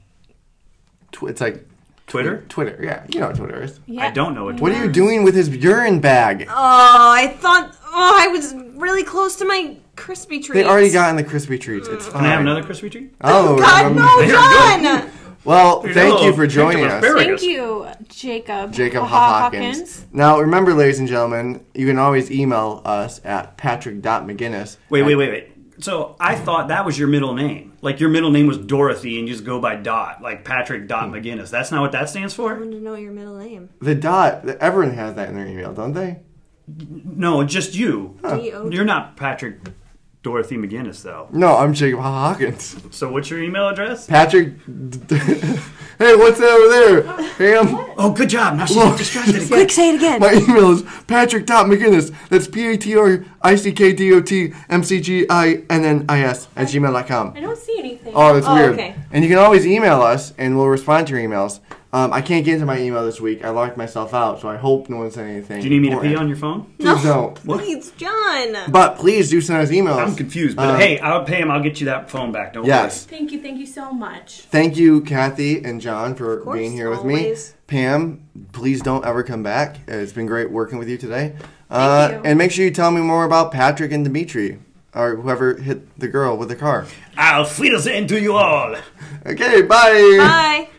Speaker 1: Tw- it's like
Speaker 3: Twitter?
Speaker 1: Twitter. Yeah, you know what Twitter is.
Speaker 4: Yeah.
Speaker 3: I don't know what.
Speaker 1: What are you doing with his urine bag?
Speaker 2: Oh, I thought. Oh, I was really close to my crispy treat.
Speaker 1: They already got in the crispy treats. It's fine.
Speaker 3: Can I have another Krispy treat?
Speaker 1: Oh,
Speaker 2: *laughs* God,
Speaker 1: um,
Speaker 2: Uh, no, John.
Speaker 1: Well,
Speaker 3: You're
Speaker 1: thank
Speaker 3: a
Speaker 1: you for
Speaker 3: victim
Speaker 1: joining
Speaker 3: of
Speaker 1: us.
Speaker 3: Farrah.
Speaker 4: Thank you, Jacob.
Speaker 1: Jacob
Speaker 4: Ha-ha
Speaker 1: Hawkins. Now, remember, ladies and gentlemen, you can always email us at patrick.mcginnis.
Speaker 3: Wait, wait, wait, wait. So I thought that was your middle name. Like your middle name was Dorothy, and you just go by Dot, like Patrick Dot
Speaker 1: Hmm.
Speaker 3: McGinnis. That's not what that stands
Speaker 2: I
Speaker 3: for.
Speaker 2: want to know your middle name.
Speaker 1: The dot, everyone has that in their email, don't they?
Speaker 3: No, just you.
Speaker 2: D.O..
Speaker 3: You're not Patrick Dorothy McGinnis though.
Speaker 1: No, I'm Jacob Hawkins.
Speaker 3: So what's your email address?
Speaker 1: Patrick. *laughs* hey, what's that over there? Ham?
Speaker 3: Oh, good job. Now she's
Speaker 1: Look.
Speaker 3: distracted *laughs* again.
Speaker 2: Quick, say it *laughs* again.
Speaker 1: My email is patrick.mcginnis. That's P A T R I C K D O T M C G I N N I S at gmail.com.
Speaker 4: I don't see anything.
Speaker 1: Oh, that's
Speaker 2: Oh,
Speaker 1: weird.
Speaker 2: okay.
Speaker 1: And you can always email us, and we'll respond to your emails. Um, I can't get into my email this week. I locked myself out, so I hope no one sent anything.
Speaker 3: Do you need me to pee on your phone?
Speaker 1: No. Don't.
Speaker 2: Please, John.
Speaker 1: But please do send us emails.
Speaker 3: I'm confused, but
Speaker 1: Um,
Speaker 3: hey, I'll pay him. I'll get you that phone back. Don't
Speaker 1: Yes.
Speaker 4: Thank you. Thank you so much.
Speaker 1: Thank you, Kathy and John, for
Speaker 2: course,
Speaker 1: being here with
Speaker 2: always.
Speaker 1: me. Pam, please don't ever come back. Uh, It's been great working with you today. Uh,
Speaker 4: you.
Speaker 1: And make sure you tell me more about Patrick and Dimitri, or whoever hit the girl with the car.
Speaker 3: worry. I'll feed us into you all.
Speaker 1: Okay, bye.
Speaker 2: Bye.